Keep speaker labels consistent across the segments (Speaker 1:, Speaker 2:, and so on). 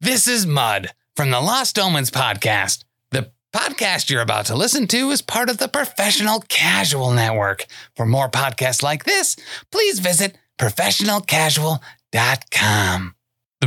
Speaker 1: This is Mud from the Lost Omens podcast. The podcast you're about to listen to is part of the Professional Casual Network. For more podcasts like this, please visit professionalcasual.com.
Speaker 2: The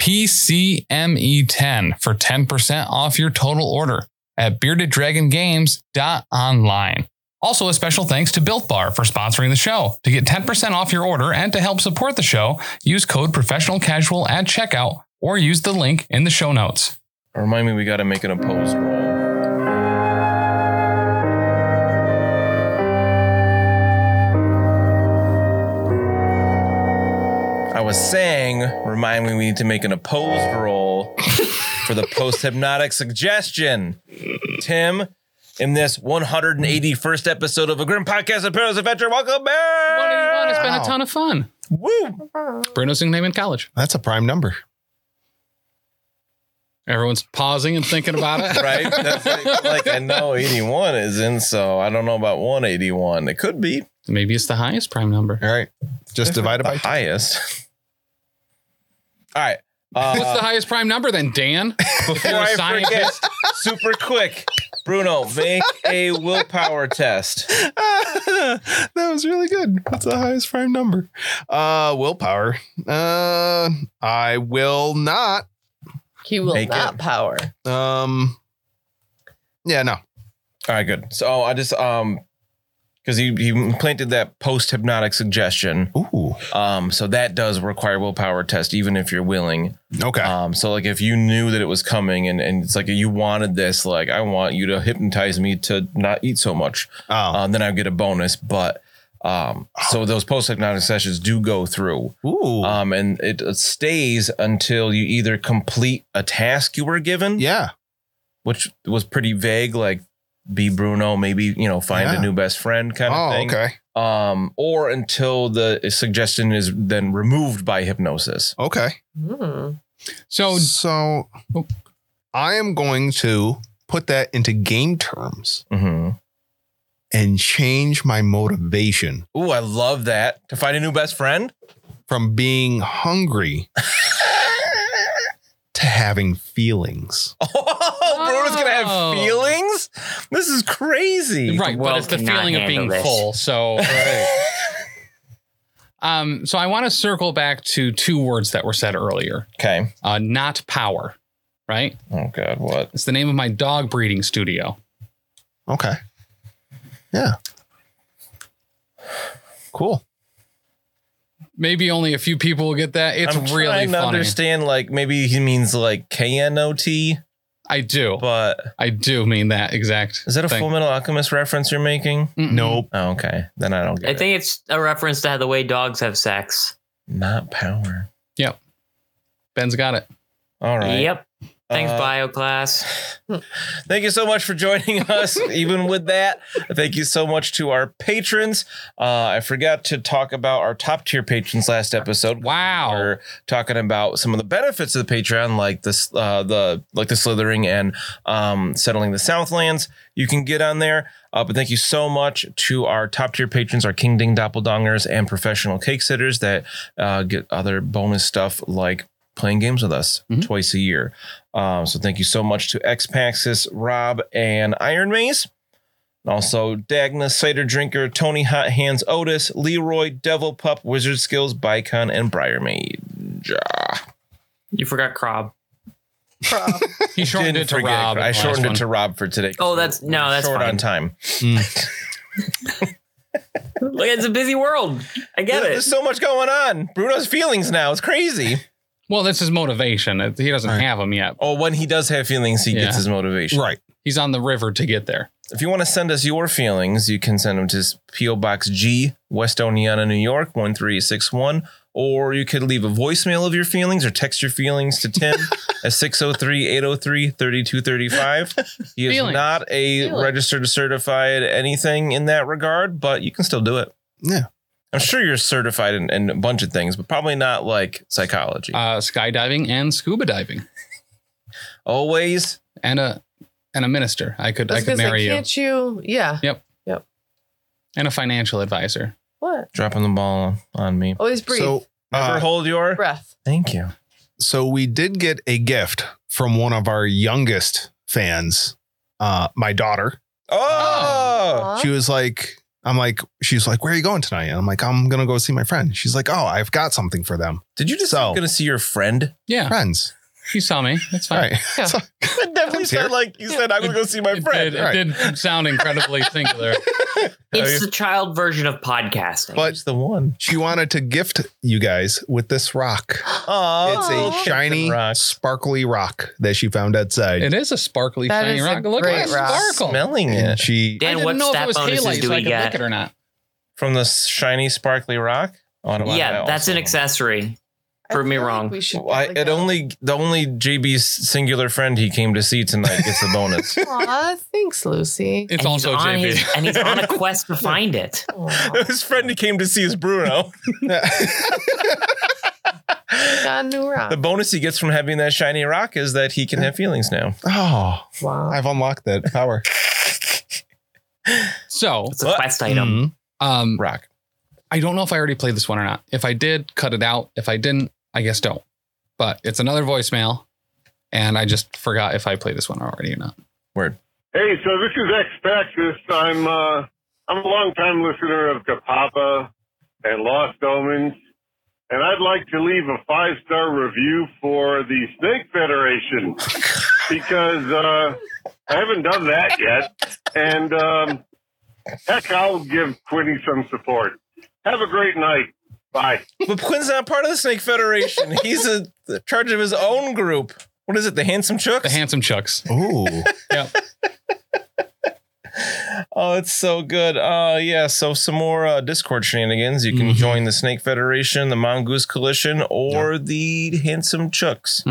Speaker 2: PCME10 E for 10% off your total order at beardeddragongames.online. Also, a special thanks to Built Bar for sponsoring the show. To get 10% off your order and to help support the show, use code professional casual at checkout or use the link in the show notes.
Speaker 3: Remind me, we gotta make an opposed roll. I was saying, remind me, we need to make an opposed roll for the post hypnotic suggestion. Tim, in this 181st episode of a Grim Podcast of Perils Adventure, welcome back!
Speaker 2: It's been a ton of fun.
Speaker 3: Woo!
Speaker 2: Bruno's name in college.
Speaker 4: That's a prime number.
Speaker 2: Everyone's pausing and thinking about it.
Speaker 3: Right? That's like, like I know 81 isn't, so I don't know about 181. It could be.
Speaker 2: Maybe it's the highest prime number.
Speaker 4: All right. Just divided
Speaker 3: the
Speaker 4: by two.
Speaker 3: highest. All right.
Speaker 2: What's the
Speaker 3: Uh,
Speaker 2: highest prime number then, Dan?
Speaker 3: before
Speaker 2: you're a
Speaker 3: I
Speaker 2: scientist?
Speaker 3: forget, super quick, Bruno, make a willpower test.
Speaker 4: that was really good. That's the highest prime number. Uh willpower. Uh I will not.
Speaker 5: He will
Speaker 3: Make
Speaker 5: not
Speaker 3: it.
Speaker 5: power.
Speaker 4: Um Yeah, no.
Speaker 3: All right, good. So I just um, because he he planted that post hypnotic suggestion.
Speaker 4: Ooh.
Speaker 3: Um, so that does require willpower test, even if you're willing.
Speaker 4: Okay.
Speaker 3: Um, so like if you knew that it was coming and, and it's like you wanted this, like I want you to hypnotize me to not eat so much,
Speaker 4: oh.
Speaker 3: um, then I get a bonus. But um, so those post hypnotic sessions do go through.
Speaker 4: Oh. Ooh.
Speaker 3: Um, and it stays until you either complete a task you were given,
Speaker 4: yeah.
Speaker 3: which was pretty vague, like be Bruno, maybe, you know, find
Speaker 4: Yeah.
Speaker 3: a new best friend kind of
Speaker 4: Oh,
Speaker 3: thing.
Speaker 4: okay.
Speaker 3: Um, or until the suggestion is then removed by hypnosis.
Speaker 4: Okay.
Speaker 5: Hmm.
Speaker 2: So
Speaker 4: so
Speaker 2: Oh.
Speaker 4: I am going to put that into game terms
Speaker 2: Mm-hmm.
Speaker 3: hmm
Speaker 4: and change my motivation
Speaker 3: Ooh, I love that. To find a new best friend?
Speaker 4: from being hungry to having feelings.
Speaker 3: Oh, Bruno's gonna
Speaker 2: Oh.
Speaker 3: have feelings? This is crazy.
Speaker 2: right, but
Speaker 6: world
Speaker 2: it's the
Speaker 6: cannot
Speaker 2: feeling of being
Speaker 6: handle this.
Speaker 2: full. So, um, so I want to circle back to two words that were said earlier.
Speaker 3: Okay.
Speaker 2: Uh, not power, right?
Speaker 3: Oh god, what?
Speaker 2: It's the name of my dog breeding studio.
Speaker 4: Okay. Yeah. Cool.
Speaker 2: Maybe only a few people will get that. It's
Speaker 3: I'm
Speaker 2: really
Speaker 3: trying to
Speaker 2: funny.
Speaker 3: understand, like maybe he means like K N O T,
Speaker 2: I do.
Speaker 3: but
Speaker 2: I do mean that exact.
Speaker 3: is that a
Speaker 2: thing.
Speaker 3: Full Metal Alchemist reference you're making?
Speaker 2: Mm-mm.
Speaker 4: Nope.
Speaker 3: Oh, okay. Then I don't get
Speaker 6: I
Speaker 3: it.
Speaker 6: think it's a reference to how the way dogs have sex.
Speaker 3: Not power.
Speaker 2: Ben's got it.
Speaker 3: All right.
Speaker 6: Yep. Thanks,
Speaker 3: Uh,
Speaker 6: bio class.
Speaker 3: Thank you so much for joining us. Even with that, thank you so much to our patrons. Uh, I forgot to talk about our top tier patrons last episode.
Speaker 2: Wow.
Speaker 3: We're talking about some of the benefits of the Patreon, like this, uh, the like the slithering and um, settling the Southlands. You can get on there. Uh, but thank you so much to our top tier patrons, our King Ding Doppeldongers, and professional cake sitters that uh, get other bonus stuff like playing games with us
Speaker 2: Mhm.
Speaker 3: twice a year. Um, so thank you so much to Xpaxis, Rob, and Iron Maze. And Also, Dagna, Cider Drinker, Tony Hot Hands, Otis, Leroy, Devil Pup, Wizard Skills, Bicon, and Briar Mage.
Speaker 6: You forgot Crob.
Speaker 5: Prob.
Speaker 2: He shortened it to Rob.
Speaker 3: I
Speaker 2: in the last
Speaker 3: shortened it
Speaker 2: one.
Speaker 3: to Rob for today.
Speaker 6: Oh, that's no, that's
Speaker 3: short on
Speaker 6: fine.
Speaker 3: time.
Speaker 6: Look, it's a busy world. I get
Speaker 3: There's
Speaker 6: it.
Speaker 3: so much going on. Bruno's feelings now. It's crazy.
Speaker 2: Well, that's his motivation. It- He doesn't
Speaker 4: Right.
Speaker 2: have them yet.
Speaker 3: Oh, when he does have feelings, he
Speaker 2: Yeah.
Speaker 3: gets his motivation.
Speaker 4: Right.
Speaker 2: He's on the river to get there.
Speaker 3: If you want to send us your feelings, you can send them to P.O. Box G, West Oneonta, New York, 1361. Or you could leave a voicemail of your feelings or text your feelings to Tim at 603 803 3235. He is
Speaker 2: Feelings.
Speaker 3: not a
Speaker 5: Feelings.
Speaker 3: registered or certified anything in that regard, but you can still do it.
Speaker 4: Yeah.
Speaker 3: I'm sure you're certified in, in a bunch of things, but probably not like psychology.
Speaker 2: Uh, skydiving and scuba diving,
Speaker 3: Always
Speaker 2: and a and a minister. I could I,
Speaker 5: was
Speaker 2: could
Speaker 5: gonna say,
Speaker 2: marry you,
Speaker 5: Can't you? Yeah.
Speaker 2: and a financial advisor.
Speaker 5: What?
Speaker 3: dropping the ball on me.
Speaker 5: Always breathe.
Speaker 4: So,
Speaker 3: Never
Speaker 4: uh,
Speaker 3: hold your
Speaker 5: Breath.
Speaker 3: Thank you.
Speaker 4: so we did get a gift from one of our youngest fans, uh, my daughter.
Speaker 3: Oh,
Speaker 5: Aw.
Speaker 4: She was like, I'm like, she's like, where are you going tonight? And I'm like, I'm gonna go see my friend. She's like, oh, I've got something for them.
Speaker 3: did you just
Speaker 4: So-
Speaker 3: say gonna see your friend?
Speaker 2: Yeah,
Speaker 4: Friends,
Speaker 2: you saw me. That's
Speaker 4: all
Speaker 2: fine.
Speaker 4: right?
Speaker 5: Yeah.
Speaker 4: So-
Speaker 3: That definitely
Speaker 4: Comes here.
Speaker 3: sounded like you said I'm gonna go see my
Speaker 2: It,
Speaker 3: friend.
Speaker 2: did, it
Speaker 4: right.
Speaker 2: did sound incredibly singular.
Speaker 6: It's the child version of podcasting.
Speaker 4: But-
Speaker 3: It's the one.
Speaker 4: she wanted to gift you guys with this rock.
Speaker 3: Oh,
Speaker 4: it's a shiny, sparkly rock that she found outside.
Speaker 2: It is a sparkly
Speaker 5: That
Speaker 2: shiny
Speaker 5: is a
Speaker 2: rock. Look at
Speaker 5: great
Speaker 2: it
Speaker 5: rock.
Speaker 2: sparkle.
Speaker 3: smelling
Speaker 4: and
Speaker 3: it
Speaker 4: she
Speaker 2: I
Speaker 6: Dan,
Speaker 2: didn't
Speaker 6: what
Speaker 2: know if
Speaker 6: stat
Speaker 2: it was
Speaker 6: bonuses
Speaker 2: halite,
Speaker 6: do
Speaker 2: so I
Speaker 6: we
Speaker 2: could look
Speaker 6: get?
Speaker 2: it or not.
Speaker 3: from the shiny sparkly rock. Oh, I don't want
Speaker 6: yeah,
Speaker 3: that
Speaker 6: that's an
Speaker 3: also.
Speaker 6: accessory.
Speaker 5: I
Speaker 6: Prove me
Speaker 5: feel like
Speaker 6: wrong.
Speaker 5: we should.
Speaker 3: Well, I,
Speaker 5: like
Speaker 3: it
Speaker 5: that.
Speaker 3: only the only JB's singular friend he came to see tonight gets the bonus.
Speaker 5: Aw, thanks, Lucy.
Speaker 2: It's
Speaker 6: And he's
Speaker 2: also
Speaker 6: on
Speaker 2: JB.
Speaker 6: his- and he's on a quest to find it.
Speaker 5: Aw.
Speaker 3: His friend he came to see is Bruno.
Speaker 5: Got a new rock.
Speaker 3: The bonus he gets from having that shiny rock is that he can have feelings now.
Speaker 4: oh,
Speaker 5: Wow.
Speaker 4: I've unlocked that power.
Speaker 2: so,
Speaker 6: It's a
Speaker 3: What? Mm-hmm.
Speaker 6: quest item.
Speaker 2: um,
Speaker 3: Rock.
Speaker 2: I don't know if I already played this one or not. If I did, cut it out. If I didn't, I guess don't. But it's another voicemail, and I just forgot if I played this one already or not.
Speaker 7: Hey, so this is X Paxis. I'm uh, I'm a longtime listener of Kapapa and Lost Omens, and I'd like to leave a five star review for the Snake Federation because uh, I haven't done that yet, and um, heck, I'll give Quinny some support. Have a great night. Bye.
Speaker 3: But Quinn's not part of the Snake Federation. He's a, in charge of his own group. What is it? The Handsome Chooks?
Speaker 2: The handsome chucks.
Speaker 4: Ooh.
Speaker 3: Oh, it's so good. Uh, yeah. So some more uh, Discord shenanigans. You can
Speaker 6: Mm-hmm.
Speaker 2: Mhm.
Speaker 3: join the Snake Federation, the Mongoose Coalition, or the Handsome Chooks.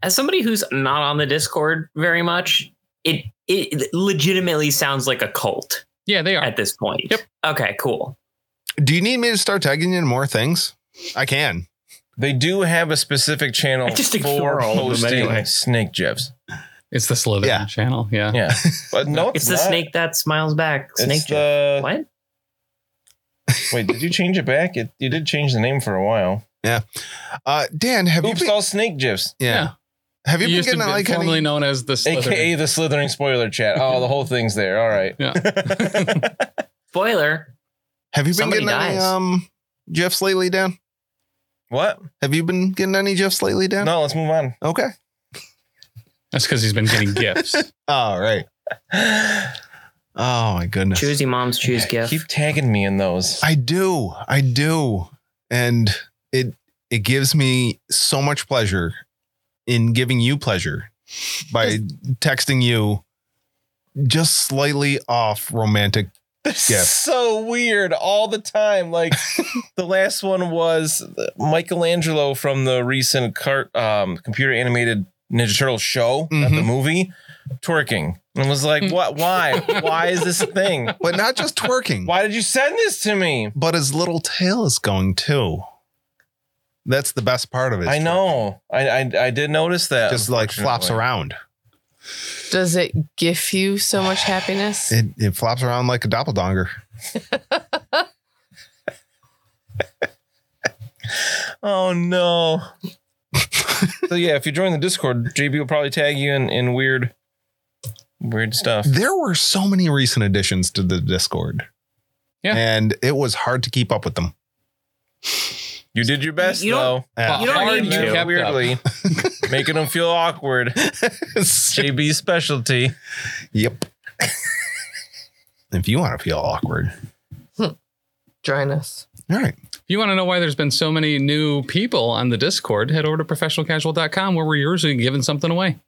Speaker 6: As somebody who's not on the Discord very much, it it legitimately sounds like a cult
Speaker 2: Yeah, they are.
Speaker 6: at this point.
Speaker 2: Yep.
Speaker 6: Okay, cool.
Speaker 4: Do you need me to start tagging you in more things? I can.
Speaker 3: They do have a specific channel
Speaker 6: I just
Speaker 3: for
Speaker 6: ignore all of them
Speaker 3: posting
Speaker 6: anyway.
Speaker 3: snake gifs.
Speaker 2: It's the Slytherin
Speaker 4: Yeah.
Speaker 2: channel. Yeah.
Speaker 3: Yeah, but no,
Speaker 6: It's the
Speaker 3: not.
Speaker 6: snake that smiles back.
Speaker 3: It's
Speaker 6: Snake. Jeff.
Speaker 3: the-
Speaker 6: what?
Speaker 3: Wait, did you change it back? It, you did change the name for a while.
Speaker 4: Uh, Dan, have
Speaker 3: Oops,
Speaker 4: you been,
Speaker 3: all snake gifs,
Speaker 4: yeah.
Speaker 2: Yeah.
Speaker 4: Have
Speaker 2: It
Speaker 4: you been
Speaker 2: used to
Speaker 4: getting
Speaker 2: be
Speaker 4: like
Speaker 2: formerly
Speaker 4: any?
Speaker 2: known as the Slytherin.
Speaker 3: aka the slithering spoiler chat. Oh, the whole thing's there. All right.
Speaker 2: Yeah.
Speaker 6: Spoiler.
Speaker 4: Have you been
Speaker 6: somebody
Speaker 4: getting any
Speaker 6: dies.
Speaker 4: um gifs lately, Dan?
Speaker 3: what?
Speaker 4: Have you been getting any gifs lately, Dan?
Speaker 3: No, let's move on.
Speaker 4: Okay.
Speaker 2: That's because he's been getting gifts.
Speaker 4: All right. Oh my goodness.
Speaker 6: Choosy moms choose
Speaker 3: Yeah,
Speaker 6: gift.
Speaker 3: Keep tagging me in those.
Speaker 4: I do. I do. And it it gives me so much pleasure in giving you pleasure by texting you just slightly off romantic.
Speaker 3: That's
Speaker 4: Yeah.
Speaker 3: so weird all the time. Like the last one was Michelangelo from the recent cart um, computer animated Ninja Turtle show, not the
Speaker 4: Mhm.
Speaker 3: movie, twerking, and was like,
Speaker 6: Mm.
Speaker 3: "What? Why? Why is this a thing?
Speaker 4: But not just twerking,
Speaker 3: Why did you send this to me?"
Speaker 4: but his little tail is going too. That's the best part of it.
Speaker 3: I know. I, I I did notice that.
Speaker 4: Just like flops
Speaker 3: unfortunately.
Speaker 4: around.
Speaker 5: Does it give you so much happiness?
Speaker 4: It, it flops around like a doppelganger.
Speaker 3: Oh no. so yeah, if you join the Discord, JB will probably tag you in in weird, weird stuff.
Speaker 4: There were so many recent additions to the Discord.
Speaker 2: Yeah.
Speaker 4: And it was hard to keep up with them.
Speaker 3: You did your best
Speaker 6: You
Speaker 3: though.
Speaker 6: don't-
Speaker 4: Yeah.
Speaker 6: You don't
Speaker 3: Hard
Speaker 6: need
Speaker 3: you
Speaker 6: to.
Speaker 3: kept weirdly, making them feel awkward. JB's specialty.
Speaker 4: Yep. if you want to feel awkward.
Speaker 5: Join us.
Speaker 4: All right.
Speaker 2: If you want to know why there's been so many new people on the Discord, head over to professionalcasual.com where we're usually giving something away.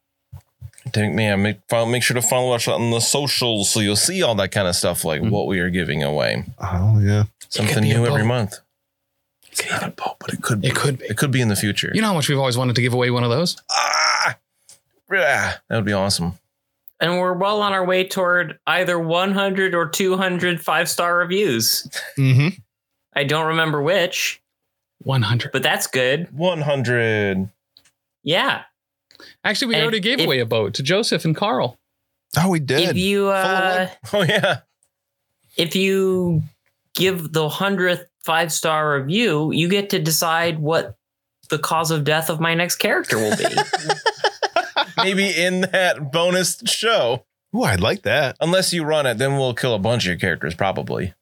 Speaker 3: take, yeah, make, follow, make sure to follow us on the socials so you'll see all that kind of stuff, like
Speaker 2: Mhm.
Speaker 3: what we are giving away.
Speaker 4: Oh yeah.
Speaker 3: Something
Speaker 2: be a
Speaker 3: new every
Speaker 2: boat.
Speaker 3: month. It's not a boat, but it could be.
Speaker 2: It could be.
Speaker 3: It could be in the future.
Speaker 2: You know how much we've always wanted to give away one of those?
Speaker 3: ah, yeah, that would be awesome.
Speaker 6: And we're well on our way toward either 100 or 200 five star reviews.
Speaker 4: Mm-hmm.
Speaker 6: I don't remember which,
Speaker 2: 100.
Speaker 6: but that's good.
Speaker 3: 100.
Speaker 6: Yeah.
Speaker 2: Actually, we
Speaker 6: And
Speaker 2: already gave
Speaker 6: if-
Speaker 2: away a boat to Joseph and Carl.
Speaker 4: Oh, we
Speaker 6: If
Speaker 4: did.
Speaker 6: you uh,
Speaker 3: Oh, yeah.
Speaker 6: if you give the 100th five star review, you get to decide what the cause of death of my next character will be.
Speaker 3: Maybe in that bonus show.
Speaker 4: Ooh, I like that.
Speaker 3: Unless you run it, then we'll kill a bunch of your characters, probably.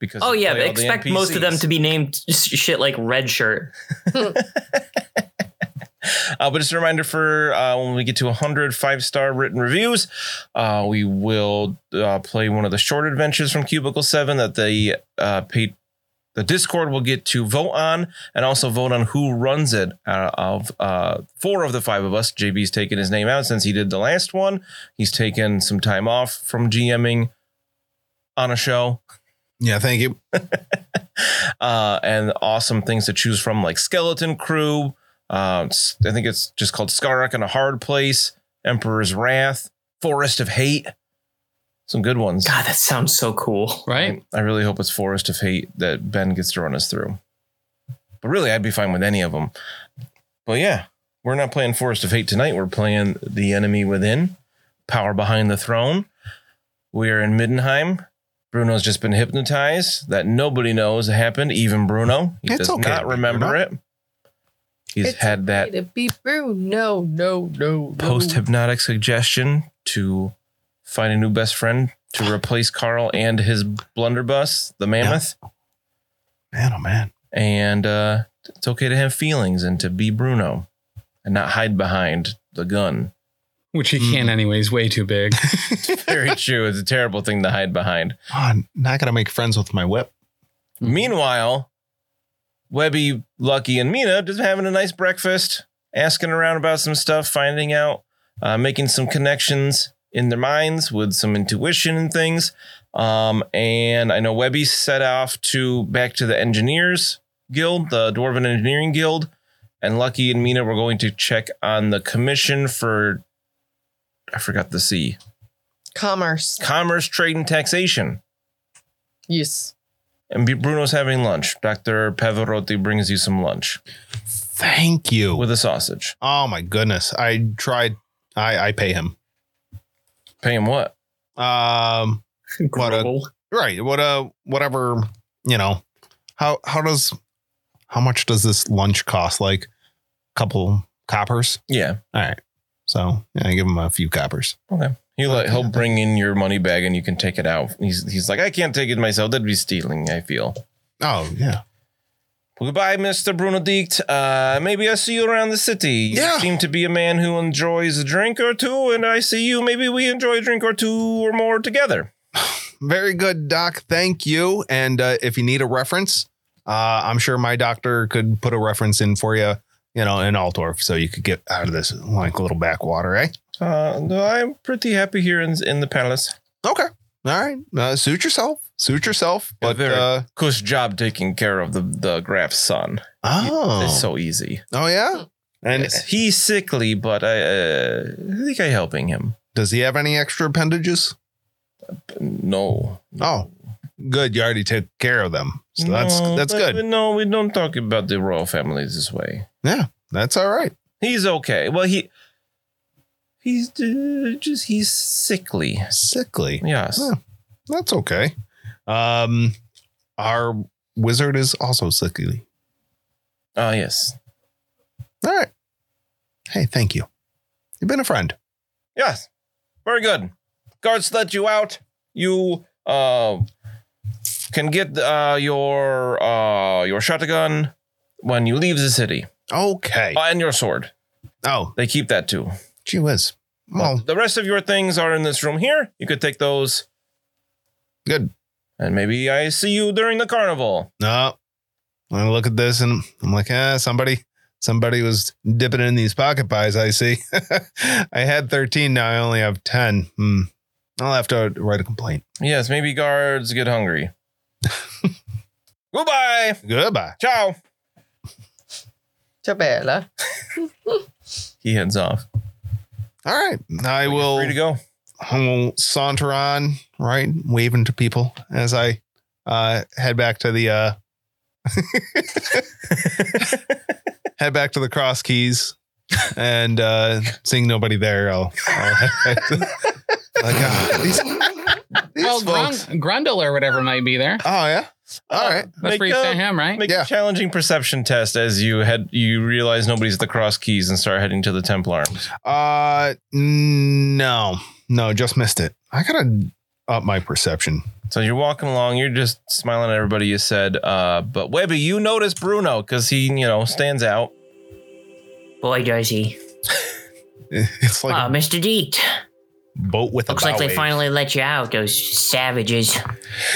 Speaker 3: Because
Speaker 6: oh
Speaker 3: we
Speaker 6: yeah,
Speaker 3: play all the
Speaker 6: expect most of them
Speaker 3: NPCs.
Speaker 6: to be named s- shit like red shirt.
Speaker 3: Uh, but just a reminder for uh, when we get to 100 five star written reviews, uh, we will uh, play one of the short adventures from Cubicle 7 that the uh, pa- the Discord will get to vote on and also vote on who runs it out of uh, four of the five of us. JB's taken his name out since he did the last one. He's taken some time off from GMing on a show
Speaker 4: Yeah, thank you.
Speaker 3: uh, and awesome things to choose from, like Skeleton Crew. Uh, s- I think it's just called Skarrak in a Hard Place, Emperor's Wrath, Forest of Hate. Some good ones.
Speaker 6: God, that sounds so cool.
Speaker 2: Right?
Speaker 3: I really hope it's Forest of Hate that Ben gets to run us through. But really, I'd be fine with any of them. But yeah, we're not playing Forest of Hate tonight. We're playing The Enemy Within, Power Behind the Throne. We're in Middenheim. Bruno's just been hypnotized. That nobody knows happened, even Bruno. He
Speaker 4: It's
Speaker 3: does
Speaker 4: okay,
Speaker 3: not remember
Speaker 4: Bruno.
Speaker 3: it. He's
Speaker 5: It's
Speaker 3: had that
Speaker 5: to be Bruno. No, no, no.
Speaker 3: post hypnotic suggestion to find a new best friend to replace Carl and his blunderbuss, the mammoth
Speaker 4: Man, oh man.
Speaker 3: and uh, it's okay to have feelings and to be Bruno and not hide behind the gun.
Speaker 2: Which he
Speaker 4: Mm-hmm.
Speaker 2: can, anyways, way too big.
Speaker 3: Very true. It's a terrible thing to hide behind.
Speaker 4: Oh, I'm not gonna make friends with my whip.
Speaker 3: Meanwhile, Webby, Lucky, and Mina just having a nice breakfast, asking around about some stuff, finding out, uh, making some connections in their minds with some intuition and things. Um, and I know Webby set off to back to the engineers guild, the Dwarven Engineering Guild, and Lucky and Mina were going to check on the commission for I forgot the C
Speaker 5: Commerce.
Speaker 3: commerce, trade, and taxation.
Speaker 5: Yes.
Speaker 3: And B- Bruno's having lunch. Dr. Pavarotti brings you some lunch
Speaker 4: Thank you.
Speaker 3: with a sausage.
Speaker 4: oh my goodness. I tried I I pay him.
Speaker 3: Pay him what?
Speaker 4: Um What a-
Speaker 6: Grovel.
Speaker 4: right. What uh whatever, you know. How how does how much does this lunch cost? Like couple coppers?
Speaker 3: Yeah.
Speaker 4: All right. So yeah, I give him a few coppers.
Speaker 3: He will
Speaker 4: Okay.
Speaker 3: he'll bring in your money bag and you can take it out. He's he's like, I can't take it myself. That'd be stealing, I feel.
Speaker 4: Oh yeah.
Speaker 3: Well, goodbye, Mr. Bruno Dicht. Uh, maybe I see you around the city.
Speaker 4: Yeah.
Speaker 3: You seem to be a man who enjoys a drink or two, and I see you. Maybe we enjoy a drink or two or more together.
Speaker 4: Very good, Doc. Thank you. And uh, if you need a reference, uh, I'm sure my doctor could put a reference in for you, you know, in Altorf, so you could get out of this like little backwater, eh?
Speaker 3: Uh, no, I'm pretty happy here in, in the palace.
Speaker 4: Okay. All right. Uh, suit yourself. Suit yourself.
Speaker 3: Yeah,
Speaker 4: But
Speaker 3: very-
Speaker 4: uh,
Speaker 3: Cush job taking care of the, the Graf's son.
Speaker 4: oh,
Speaker 3: It's so easy.
Speaker 4: oh yeah. And
Speaker 3: Yes, he's sickly, but I, uh, I think I'm helping him.
Speaker 4: does he have any extra appendages?
Speaker 3: No.
Speaker 4: Oh, good. You already took care of them, so that's
Speaker 3: No,
Speaker 4: that's
Speaker 3: Mm, but-
Speaker 4: good.
Speaker 3: but No, we don't talk about the royal family this way.
Speaker 4: That's all right.
Speaker 3: He's okay. Well, he he's uh, just he's sickly.
Speaker 4: Sickly.
Speaker 3: Yes.
Speaker 4: Huh. That's okay. Um, our wizard is also sickly.
Speaker 3: Ah, yes.
Speaker 4: All right. Hey, thank you. You've been a friend.
Speaker 3: Yes. Very good. Guards let you out. You uh, can get uh, your uh, your shotgun when you leave the city,
Speaker 4: Okay.
Speaker 3: Ah, and your sword.
Speaker 4: Oh,
Speaker 3: They keep that too.
Speaker 4: gee whiz. Well,
Speaker 3: But the rest of your things are in this room here. You could take those.
Speaker 4: Good.
Speaker 3: And maybe I see you during the carnival.
Speaker 4: no. I look at this and I'm like, eh, somebody, Somebody was dipping in these pocket pies, I see. I had 13, now I only have 10. Hmm. I'll have to write a complaint.
Speaker 3: Yes, maybe guards get hungry. Goodbye.
Speaker 4: Goodbye.
Speaker 3: Ciao.
Speaker 5: Tabella.
Speaker 3: He heads off.
Speaker 4: All right. I will
Speaker 3: Free to go.
Speaker 4: I will saunter on, right, waving to people as I uh, head back to the uh, head back to the cross keys, and uh, seeing nobody there, I'll, I'll head back to, like ah, these, these
Speaker 2: Well, Grun-
Speaker 4: folks.
Speaker 2: Oh, Grundle or whatever might be there.
Speaker 4: Oh yeah. All right.
Speaker 2: Let's
Speaker 3: Make
Speaker 2: brief
Speaker 3: up-
Speaker 2: to him, right?
Speaker 3: Make
Speaker 4: Yeah.
Speaker 3: a challenging perception test as you head. You realize nobody's at the cross keys and start heading to the Temple Arms.
Speaker 4: Uh, no, no, just missed it. I gotta up my perception.
Speaker 3: So you're walking along. You're just smiling at everybody. You said, uh, but Webby, you notice Bruno because he, you know, stands out.
Speaker 6: Boy, does he.
Speaker 4: It's like
Speaker 6: Wow,
Speaker 4: a
Speaker 6: Mr. Deet.
Speaker 4: boat with
Speaker 6: Looks
Speaker 4: a
Speaker 6: like
Speaker 4: bow
Speaker 6: they
Speaker 4: wave.
Speaker 6: finally let you out, those savages.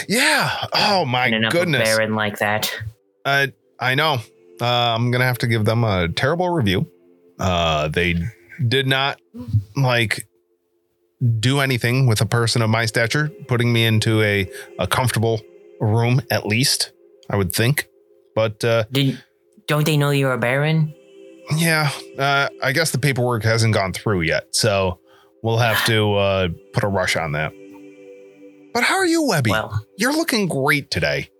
Speaker 4: Yeah. Oh my
Speaker 6: in an upper
Speaker 4: goodness.
Speaker 6: Baron like that.
Speaker 4: Uh, I know. Uh, I'm gonna have to give them a terrible review. Uh, they did not like do anything with a person of my stature, putting me into a a comfortable room at least. I would think, but uh,
Speaker 6: Did don't they know you're a Baron?
Speaker 4: yeah, uh, I guess the paperwork hasn't gone through yet, so we'll have to uh, put a rush on that. But how are you, Webby?
Speaker 6: Well,
Speaker 4: You're looking great today.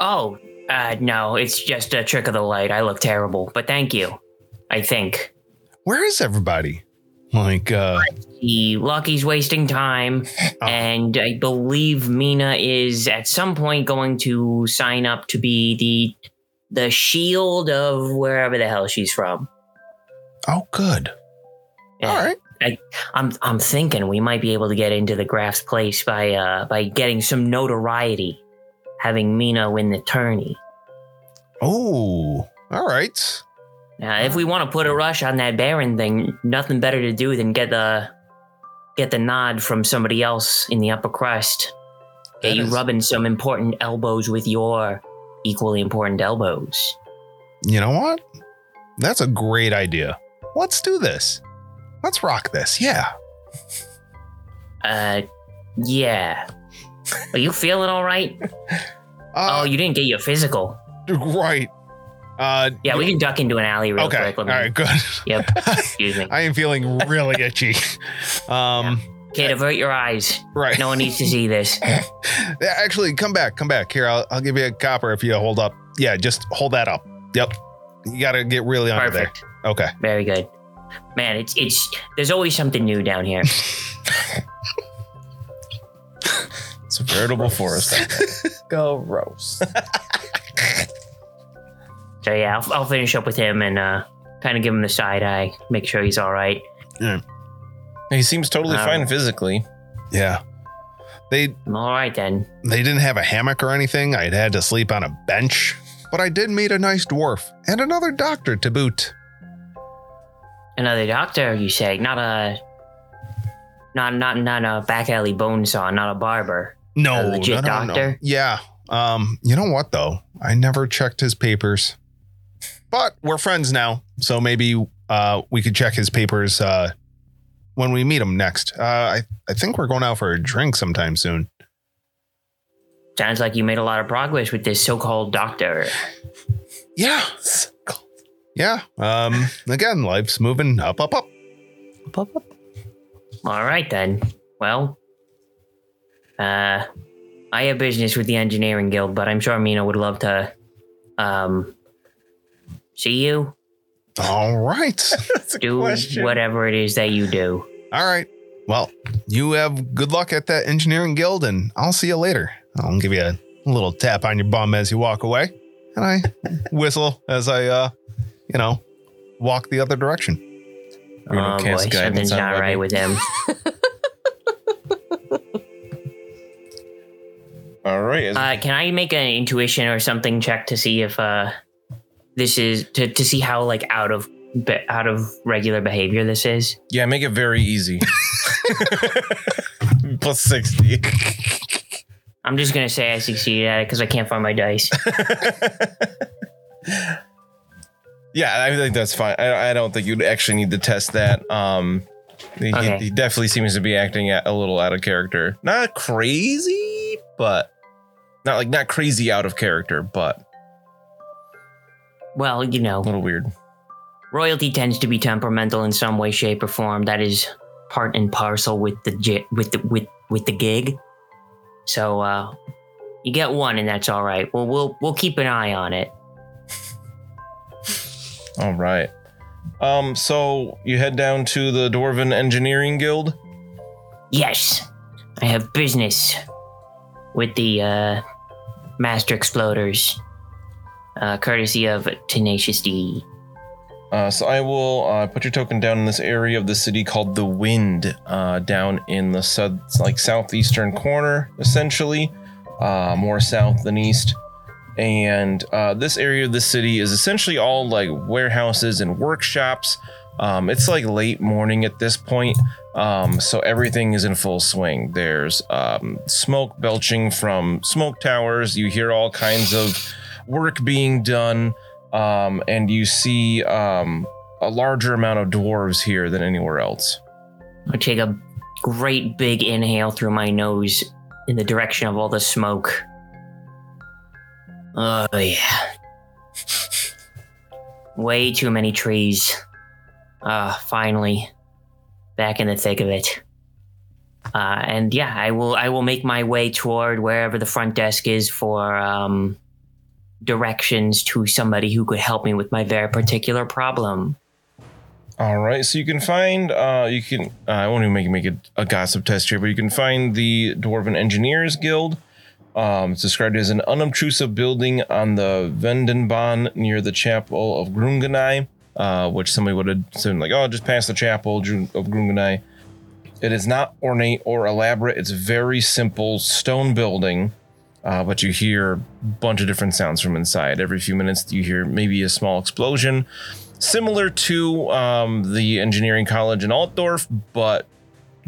Speaker 6: oh, uh, no, it's just a trick of the light. I look terrible, but thank you. I think.
Speaker 4: Where is everybody? Like, uh,
Speaker 6: The Lucky's wasting time,
Speaker 4: Oh.
Speaker 6: and I believe Mina is at some point going to sign up to be the the shield of wherever the hell she's from.
Speaker 4: oh, good. All right.
Speaker 6: I'm I'm thinking we might be able to get into the Graf's place by uh by getting some notoriety, having Mina win the tourney.
Speaker 4: Oh, all right.
Speaker 6: Now, if
Speaker 4: Ah.
Speaker 6: we want to put a rush on that Baron thing, nothing better to do than get the get the nod from somebody else in the upper crust. Get
Speaker 4: That
Speaker 6: you
Speaker 4: is-
Speaker 6: rubbing some important elbows with your equally important elbows.
Speaker 4: You know what? That's a great idea. Let's do this. Let's rock this. Yeah.
Speaker 6: Uh, yeah. Are you feeling all right? oh,
Speaker 4: Uh,
Speaker 6: you didn't get your physical.
Speaker 4: right. Uh,
Speaker 6: Yeah, we can duck into an alley Oh, real
Speaker 4: okay.
Speaker 6: quick.
Speaker 4: All
Speaker 6: Let me-
Speaker 4: right. Good.
Speaker 6: Yep. Excuse me.
Speaker 4: I am feeling really itchy. Um,
Speaker 6: Kid, avert your eyes.
Speaker 4: right.
Speaker 6: No one needs to see this.
Speaker 4: Actually, come back. Come back here. I'll, I'll give you a copper if you hold up. Yeah. Just hold that up. Yep. You got to get really under
Speaker 6: Perfect.
Speaker 4: there. Okay.
Speaker 6: Very good. Man, it's it's there's always something new down here.
Speaker 3: It's a veritable forest.
Speaker 5: Gross.
Speaker 6: So yeah, I'll, I'll finish up with him and uh, kind of give him the side eye, make sure he's all right.
Speaker 3: He seems totally
Speaker 6: Um,
Speaker 3: fine physically.
Speaker 4: Yeah. They
Speaker 6: All right then.
Speaker 4: They didn't have a hammock or anything. I'd had to sleep on a bench. But I did meet a nice dwarf and another doctor to boot.
Speaker 6: Another doctor, you say? Not a, not not not a back alley bone saw, not a barber.
Speaker 4: No,
Speaker 6: A legit doctor?
Speaker 4: Yeah. Um, you know what though? I never checked his papers. But we're friends now, so maybe uh we could check his papers uh when we meet him next. Uh I, I think we're going out for a drink sometime soon.
Speaker 6: Sounds like you made a lot of progress with this so-called doctor.
Speaker 4: Yeah. Yeah. Um again, life's moving up, up, up.
Speaker 6: All right then. Well, uh, I have business with the engineering guild, but I'm sure Mina would love to, um, see you
Speaker 4: All right.
Speaker 3: That's a
Speaker 6: do whatever it is that you do.
Speaker 4: All right. Well, you have good luck at that engineering guild, and I'll see you later. I'll give you a little tap on your bum as you walk away, and I whistle as I, uh, you know, walk the other direction.
Speaker 3: Bruno
Speaker 6: oh boy,
Speaker 3: cast guidance
Speaker 6: something's
Speaker 3: on
Speaker 6: not
Speaker 3: Webby.
Speaker 6: right with him.
Speaker 3: All right. as-
Speaker 6: Uh, can I make an intuition or something check to see if uh, this is to, to see how like out of be- out of regular behavior this is?
Speaker 3: yeah, make it very easy. Plus 60.
Speaker 6: I'm just gonna say I succeeded at it because I can't find my dice.
Speaker 3: Yeah, I think that's fine. I, I don't think you'd actually need to test that. Um, he,
Speaker 6: Okay.
Speaker 3: he definitely seems to be acting a a little out of character. Not crazy, but not like not crazy out of character, but
Speaker 6: Well, you know,
Speaker 3: a little weird.
Speaker 6: royalty tends to be temperamental in some way, shape, or form. That is part and parcel with the gi- with the with with the gig. So uh, you get one, and that's all right. Well, we'll we'll keep an eye on it.
Speaker 3: All right. Um, so you head down to the Dwarven Engineering Guild.
Speaker 6: Yes, I have business with the uh, master exploders, uh, courtesy of Tenacious D.
Speaker 3: Uh, so I will uh, put your token down in this area of the city called the Wind, uh, down in the sud- like southeastern corner, essentially, uh, more south than east. And uh, this area of the city is essentially all like warehouses and workshops. Um, it's like late morning at this point, um, so everything is in full swing. There's um, smoke belching from smoke towers. You hear all kinds of work being done um, and you see um, a larger amount of dwarves here than anywhere else.
Speaker 6: I take a great big inhale through my nose in the direction of all the smoke. Oh, yeah. Way too many trees. Ah, finally. Back in the thick of it. Uh, and yeah, I will. I will make my way toward wherever the front desk is for um, directions to somebody who could help me with my very particular problem.
Speaker 3: All right, so you can find uh, you can uh, I won't even make make a, a gossip test here, but you can find the Dwarven Engineers Guild. Um, it's described as an unobtrusive building on the Vendenbahn near the chapel of Grungenai, uh, which somebody would have said like, oh, just past the chapel of Grungenai. It is not ornate or elaborate. It's a very simple stone building, uh, but you hear a bunch of different sounds from inside. Every few minutes, you hear maybe a small explosion, similar to um, the engineering college in Altdorf, but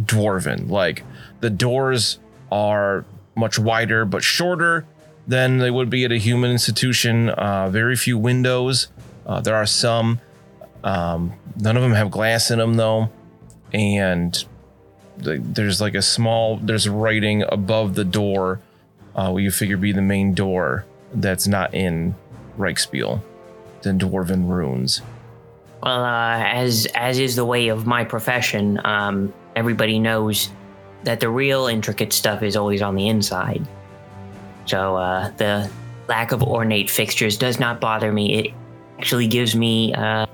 Speaker 3: dwarven. Like the doors are much wider but shorter than they would be at a human institution. Uh, very few windows. Uh, there are some. Um, none of them have glass in them though, and th- there's like a small there's writing above the door, uh, what you figure be the main door that's not in Reichspiel, the dwarven runes.
Speaker 6: Well, uh, as as is the way of my profession, um, everybody knows that the real intricate stuff is always on the inside. So uh, the lack of ornate fixtures does not bother me. It actually gives me uh,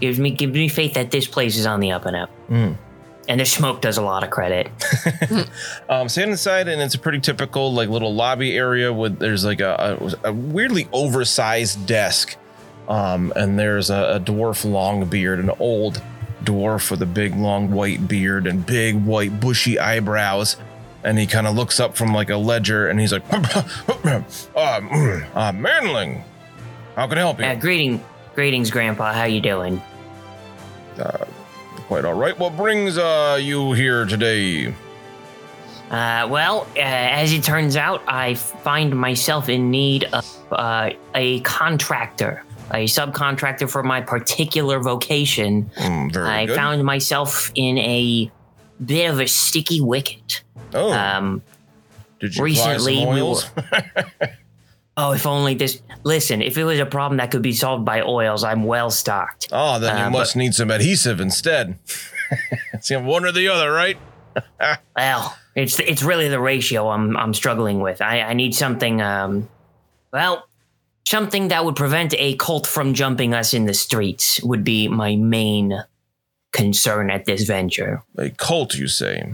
Speaker 6: gives me gives me faith that this place is on the up and up.
Speaker 3: Mm.
Speaker 6: And the smoke does a lot of credit.
Speaker 3: Um, so you head inside, and it's a pretty typical like little lobby area with there's like a, a, a weirdly oversized desk, um, and there's a, a dwarf long beard, an old dwarf with a big long white beard and big white bushy eyebrows, and he kind of looks up from like a ledger, and he's like, um, uh, Manling, how can I help you?
Speaker 6: Uh, greeting, greetings, Grandpa. How you doing?
Speaker 3: Quite all right. What brings uh, you here today?
Speaker 6: Uh, well, uh, as it turns out, I find myself in need of uh, a contractor, a subcontractor for my particular vocation.
Speaker 3: Mm, very
Speaker 6: I
Speaker 3: good.
Speaker 6: found myself in a bit of a sticky wicket.
Speaker 3: oh,
Speaker 6: Um,
Speaker 3: did you
Speaker 6: recently
Speaker 3: recently
Speaker 6: we
Speaker 3: oils?
Speaker 6: oh, if only this. Listen, if it was a problem that could be solved by oils, I'm well stocked.
Speaker 3: Oh, then
Speaker 6: Uh,
Speaker 3: you must need some adhesive instead. See, one or the other, right?
Speaker 6: Well, it's it's really the ratio I'm I'm struggling with. I, I need something um well, something that would prevent a cult from jumping us in the streets would be my main concern at this venture.
Speaker 3: A cult, you say?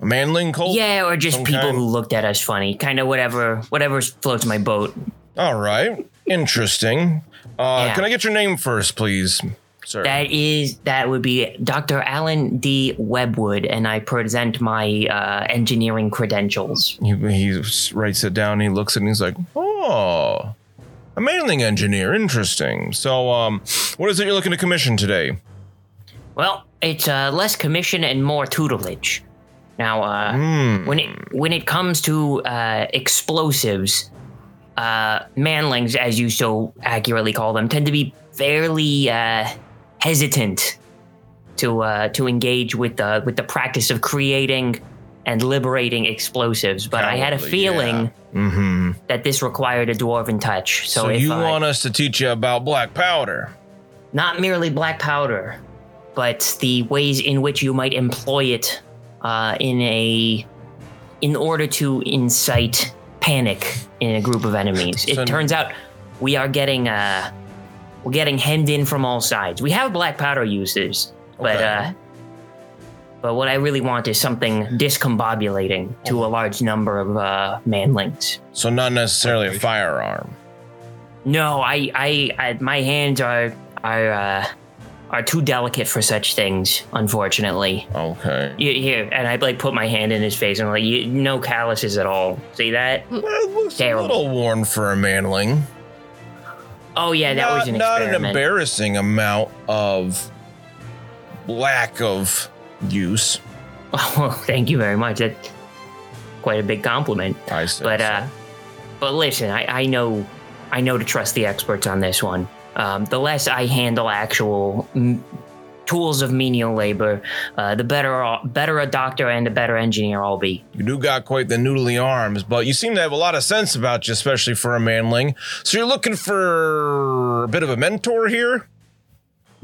Speaker 3: A manling cult?
Speaker 6: yeah, or just
Speaker 3: some
Speaker 6: people
Speaker 3: kind-
Speaker 6: who looked at us funny. Kind of whatever whatever floats my boat.
Speaker 3: All right. Interesting. Uh,
Speaker 6: Yeah.
Speaker 3: Can I get your name first, please, sir?
Speaker 6: That is that would be Dr. Alan D. Webwood and I present my uh, engineering credentials.
Speaker 3: he, he s- writes it down. He looks at it and he's like, oh, a manling engineer. Interesting. So, um, what is it you're looking to commission today?
Speaker 6: Well, it's uh, less commission and more tutelage. Now, uh,
Speaker 3: Hmm.
Speaker 6: when it when it comes to uh, explosives, uh, manlings, as you so accurately call them, tend to be fairly uh, hesitant to uh, to engage with the with the practice of creating and liberating explosives, but I had a
Speaker 3: Probably, yeah.
Speaker 6: feeling
Speaker 3: Mm-hmm.
Speaker 6: that this required a dwarven touch. So,
Speaker 3: So,
Speaker 6: if
Speaker 3: you
Speaker 6: I-
Speaker 3: want us to teach you about black powder?
Speaker 6: not merely black powder, but the ways in which you might employ it uh, in a in order to incite panic in a group of enemies. It
Speaker 3: So-
Speaker 6: turns out we are getting uh, we're getting hemmed in from all sides. We have black powder users, but
Speaker 3: Okay.
Speaker 6: uh, but what I really want is something discombobulating to a large number of uh, manlings.
Speaker 3: So not necessarily a firearm.
Speaker 6: No, I, I, I my hands are are uh, are too delicate for such things, unfortunately.
Speaker 3: Okay.
Speaker 6: You, here, and I like put my hand in his face and I'm like, you, no calluses at all. See that?
Speaker 3: Well, it looks a
Speaker 6: Terrible.
Speaker 3: little worn for a manling.
Speaker 6: Oh yeah, that
Speaker 3: not,
Speaker 6: was an
Speaker 3: not an
Speaker 6: experiment.
Speaker 3: embarrassing amount of lack of use.
Speaker 6: oh, well, thank you very much. That's quite a big compliment.
Speaker 3: I said.
Speaker 6: But uh, but listen, I, I know, I know to trust the experts on this one. Um, the less I handle actual m- tools of menial labor, uh, the better, better a doctor and a better engineer I'll be.
Speaker 3: You do got quite the noodly arms, but you seem to have a lot of sense about you, especially for a manling. So you're looking for a bit of a mentor here?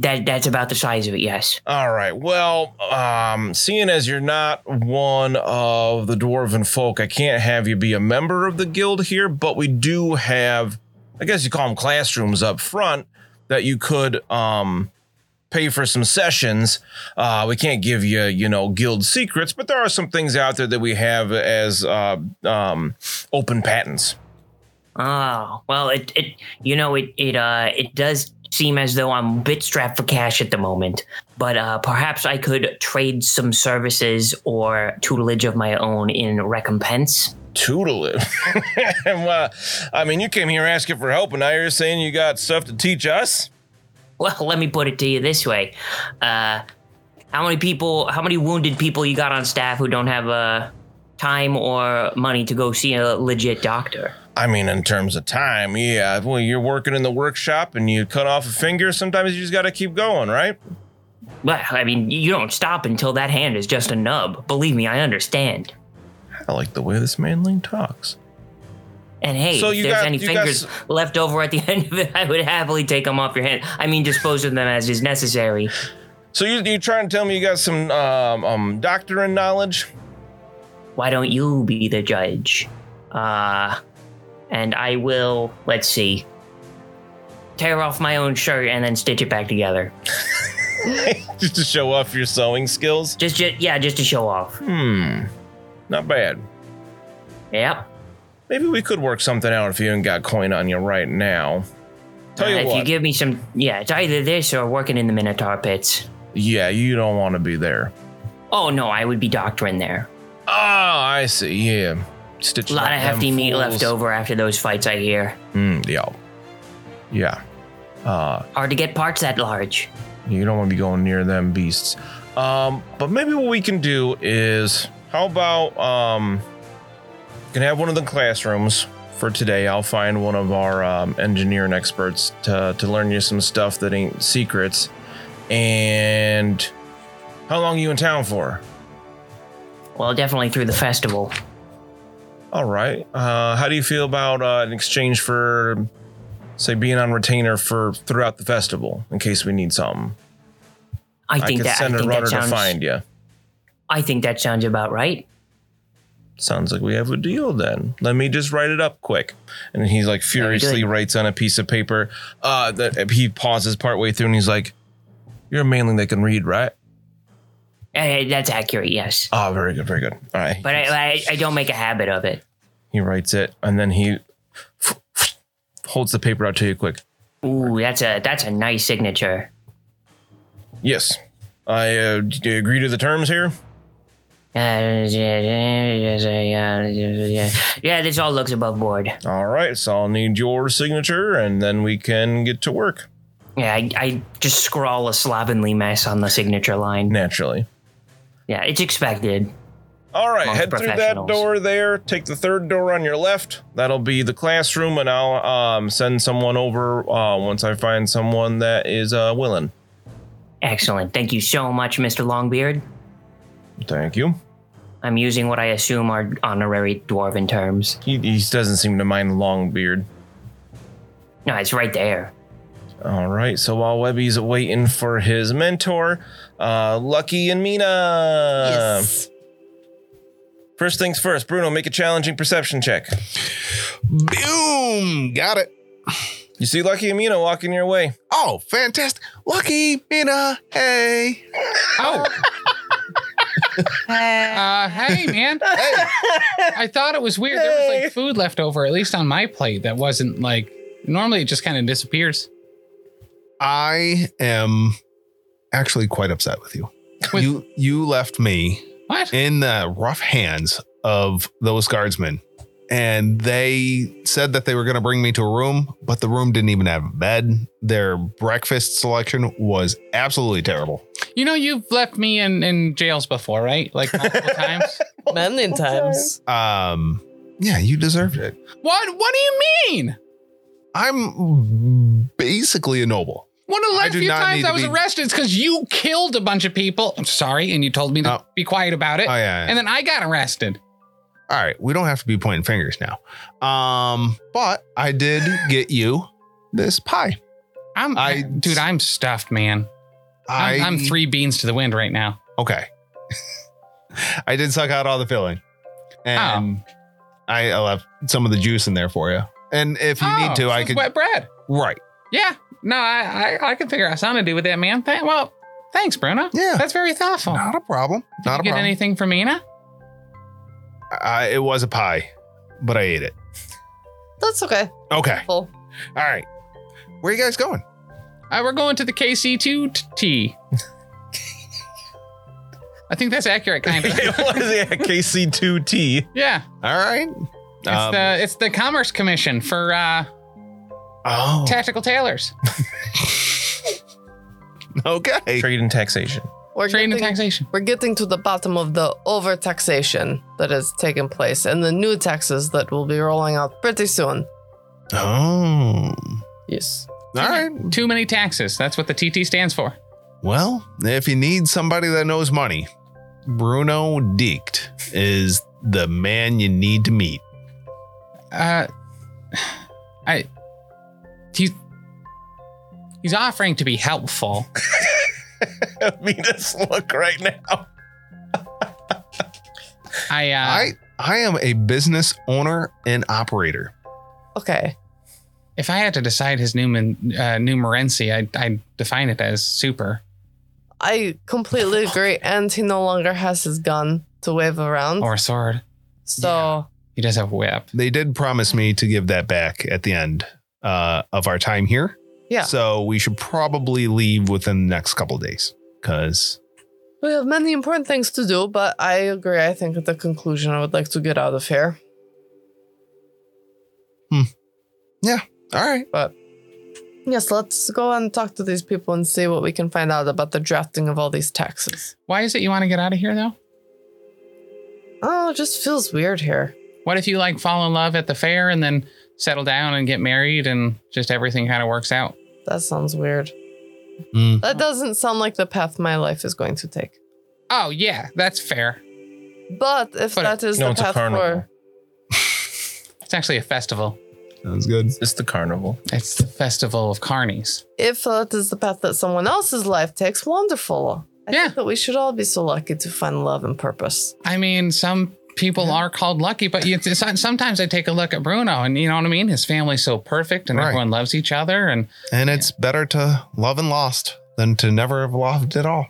Speaker 6: That that's about the size of it. Yes.
Speaker 3: All right. Well, um, seeing as you're not one of the dwarven folk, I can't have you be a member of the guild here, but we do have, I guess you call them classrooms up front that you could um, pay for some sessions. Uh, we can't give you, you know, guild secrets, but there are some things out there that we have as uh, um, open patents.
Speaker 6: Oh well, it it you know it it uh it does seem as though I'm a bit strapped for cash at the moment, but uh, perhaps I could trade some services or tutelage of my own in recompense.
Speaker 3: Toodle it. well, I mean, you came here asking for help, and now you're saying you got stuff to teach us?
Speaker 6: Well, let me put it to you this way: uh, how many people, how many wounded people you got on staff who don't have uh, time or money to go see a legit doctor?
Speaker 3: I mean, in terms of time, yeah. Well, you're working in the workshop and you cut off a finger. Sometimes you just got to keep going, right?
Speaker 6: Well, I mean, you don't stop until that hand is just a nub. Believe me, I understand.
Speaker 3: I like the way this manling talks.
Speaker 6: And hey,
Speaker 3: So
Speaker 6: if
Speaker 3: you
Speaker 6: there's
Speaker 3: got-
Speaker 6: any
Speaker 3: you got
Speaker 6: fingers
Speaker 3: s-
Speaker 6: left over at the end of it, I would happily take them off your hand. I mean, dispose of them as is necessary.
Speaker 3: So you you trying to tell me you got some um, um doctoring knowledge?
Speaker 6: Why don't you be the judge? Uh, and I will, let's see, tear off my own shirt and then stitch it back together.
Speaker 3: just to show off your sewing skills?
Speaker 6: Just, just yeah, just to show off.
Speaker 3: Hmm, not bad.
Speaker 6: Yep.
Speaker 3: Maybe we could work something out if you ain't got coin on you right now. Tell
Speaker 6: Uh,
Speaker 3: you
Speaker 6: if
Speaker 3: what,
Speaker 6: you give me some, yeah, it's either this or working in the Minotaur pits.
Speaker 3: yeah, you don't want to be there.
Speaker 6: Oh no, I would be doctoring there.
Speaker 3: Oh, I see. Yeah, stitch
Speaker 6: A lot
Speaker 3: up
Speaker 6: of
Speaker 3: them
Speaker 6: hefty meat
Speaker 3: fools.
Speaker 6: left over after those fights, I hear.
Speaker 3: Hmm. yeah, yeah. Uh,
Speaker 6: Hard to get parts that large.
Speaker 3: You don't want to be going near them beasts. Um, but maybe what we can do is how about um can have one of the classrooms for today. I'll find one of our um, engineering experts to to learn you some stuff that ain't secrets. And how long you in town for?
Speaker 6: Well, definitely through the festival.
Speaker 3: All right. Uh, how do you feel about uh, an exchange for say being on retainer for throughout the festival in case we need something?
Speaker 6: I
Speaker 3: I,
Speaker 6: think
Speaker 3: can
Speaker 6: that
Speaker 3: send
Speaker 6: I
Speaker 3: a
Speaker 6: think
Speaker 3: runner
Speaker 6: that sounds.
Speaker 3: to find you.
Speaker 6: I think that sounds about right.
Speaker 3: sounds like we have a deal then let me just write it up quick and he like furiously
Speaker 6: good.
Speaker 3: writes on a piece of paper uh that he pauses partway through and he's like you're a manling that can read right
Speaker 6: Eh, that's accurate, yes.
Speaker 3: oh very good very good all right
Speaker 6: But I, I, I don't make a habit of it.
Speaker 3: he writes it and then he holds the paper out to you quick
Speaker 6: Ooh, that's a that's a nice signature.
Speaker 3: yes i uh, do you agree to the terms here
Speaker 6: Uh, yeah, yeah, yeah, yeah, yeah, this all looks above board.
Speaker 3: all right so i'll need your signature and then we can get to work
Speaker 6: Yeah, I, I just scrawl a slovenly mess on the signature line.
Speaker 3: naturally
Speaker 6: Yeah, it's expected.
Speaker 3: All right,
Speaker 6: Amongst
Speaker 3: head through that
Speaker 6: professionals.
Speaker 3: door there. Take the third door on your left. That'll be the classroom, and I'll um, send someone over uh, once I find someone that is uh, willing.
Speaker 6: Excellent. Thank you so much, Mr. Longbeard.
Speaker 3: Thank you.
Speaker 6: I'm using what I assume are honorary dwarven terms.
Speaker 3: He, he doesn't seem to mind the long beard.
Speaker 6: No, it's right there.
Speaker 3: All right, so while Webby's waiting for his mentor, uh, Lucky and Mina.
Speaker 5: yes.
Speaker 3: First things first, Bruno, make a challenging perception check.
Speaker 4: Boom! Got it.
Speaker 3: You see Lucky and Mina walking your way.
Speaker 4: Oh, fantastic. Lucky Mina. Hey.
Speaker 2: Oh, uh, hey, man. I thought it was weird. There was
Speaker 3: Hey.
Speaker 2: like food left over, at least on my plate, that wasn't like. Normally, it just kind of disappears.
Speaker 4: I am actually quite upset with you.
Speaker 2: With-
Speaker 4: you you left me
Speaker 2: What?
Speaker 4: in the rough hands of those guardsmen. And they said that they were going to bring me to a room, but the room didn't even have a bed. Their breakfast selection was absolutely terrible.
Speaker 2: You know, you've left me in, in jails before, right? Like multiple times.
Speaker 5: Many times.
Speaker 4: Um, yeah, you deserved it.
Speaker 2: What? What do you mean?
Speaker 4: I'm basically a noble.
Speaker 2: One of the
Speaker 4: I
Speaker 2: last
Speaker 4: do
Speaker 2: few
Speaker 4: not
Speaker 2: times
Speaker 4: need
Speaker 2: I
Speaker 4: to
Speaker 2: was
Speaker 4: be-
Speaker 2: arrested is because you killed a bunch of people. I'm sorry, and you told me to
Speaker 4: Oh.
Speaker 2: be quiet about it,
Speaker 4: Oh yeah.
Speaker 2: and then I got arrested.
Speaker 4: All right, we don't have to be pointing fingers now. Um, but I did get you this pie.
Speaker 2: I'm,
Speaker 4: I-
Speaker 2: dude, I'm stuffed, man.
Speaker 4: I,
Speaker 2: I'm, I'm three beans to the wind right now.
Speaker 4: Okay. I did suck out all the filling,
Speaker 2: Oh.
Speaker 4: and I I left some of the juice in there for you. And if you
Speaker 2: Oh,
Speaker 4: need to,
Speaker 2: so
Speaker 4: I
Speaker 2: it's
Speaker 4: could.
Speaker 2: wet bread.
Speaker 4: Right.
Speaker 2: Yeah. No, I, I I can figure out something to do with that, man. Th- well, thanks, Bruno.
Speaker 4: Yeah.
Speaker 2: That's very thoughtful.
Speaker 4: Not a problem. Not a
Speaker 2: Oh. Did you get
Speaker 4: problem.
Speaker 2: anything from Mina?
Speaker 4: I, it was a pie, but I ate it.
Speaker 5: That's okay.
Speaker 4: Okay. All
Speaker 5: Full.
Speaker 4: right. Where are you guys going?
Speaker 2: Uh, we're going to the KC2T. T. I think that's accurate, kind of.
Speaker 3: what is it? KC2T.
Speaker 2: yeah.
Speaker 4: All right.
Speaker 2: It's
Speaker 4: Um,
Speaker 2: the it's the Commerce Commission for uh,
Speaker 4: oh.
Speaker 2: tactical tailors,
Speaker 4: Okay.
Speaker 3: Trade and taxation.
Speaker 5: We're
Speaker 2: trade and
Speaker 5: getting-
Speaker 2: taxation.
Speaker 5: We're getting to the bottom of the overtaxation that has taken place and the new taxes that will be rolling out pretty soon.
Speaker 4: Oh.
Speaker 5: Yes.
Speaker 4: All right.
Speaker 2: Too many taxes. That's what the TT stands for.
Speaker 4: Well, if you need somebody that knows money, Bruno Diekt is the man you need to meet.
Speaker 2: Uh, I he's he's offering to be helpful.
Speaker 3: Mina's look right now.
Speaker 2: I uh,
Speaker 4: I I am a business owner and operator.
Speaker 5: Okay.
Speaker 2: If I had to decide his numen, uh, numerency, I'd, I'd define it as super.
Speaker 5: I completely agree. And he no longer has his gun to wave around.
Speaker 2: Or a sword.
Speaker 5: so
Speaker 2: He does have a whip.
Speaker 4: They did promise me to give that back at the end uh, of our time here.
Speaker 5: Yeah.
Speaker 4: So we should probably leave within the next couple of days because
Speaker 5: we have many important things to do, but I agree. I think at the conclusion, I would like to get out of here.
Speaker 4: all right,
Speaker 5: Yes, let's go and talk to these people and see what we can find out about the drafting of all these taxes.
Speaker 2: Why is it you want to get out of here, though?
Speaker 5: Oh, it just feels weird here.
Speaker 2: What if you like fall in love at the fair and then settle down and get married and just everything kind of works out?
Speaker 5: That sounds weird.
Speaker 4: Mm.
Speaker 5: That doesn't sound like the path my life is going to take.
Speaker 2: Oh, yeah, that's fair.
Speaker 5: But if
Speaker 2: But
Speaker 5: that is
Speaker 3: no,
Speaker 5: the
Speaker 3: it's a
Speaker 5: path
Speaker 3: carnival.
Speaker 5: for
Speaker 2: It's actually a festival.
Speaker 4: sounds good.
Speaker 3: It's the carnival.
Speaker 2: It's the festival of carnies.
Speaker 5: if that is the path that someone else's life takes, wonderful. I
Speaker 2: Yeah.
Speaker 5: think that we should all be so lucky to find love and purpose.
Speaker 2: I mean, some people are called lucky, but you, it's- sometimes I take a look at Bruno and you know what I mean? His family's so perfect and
Speaker 4: Right.
Speaker 2: everyone loves each other. And
Speaker 4: And it's better to love and lost than to never have loved at all.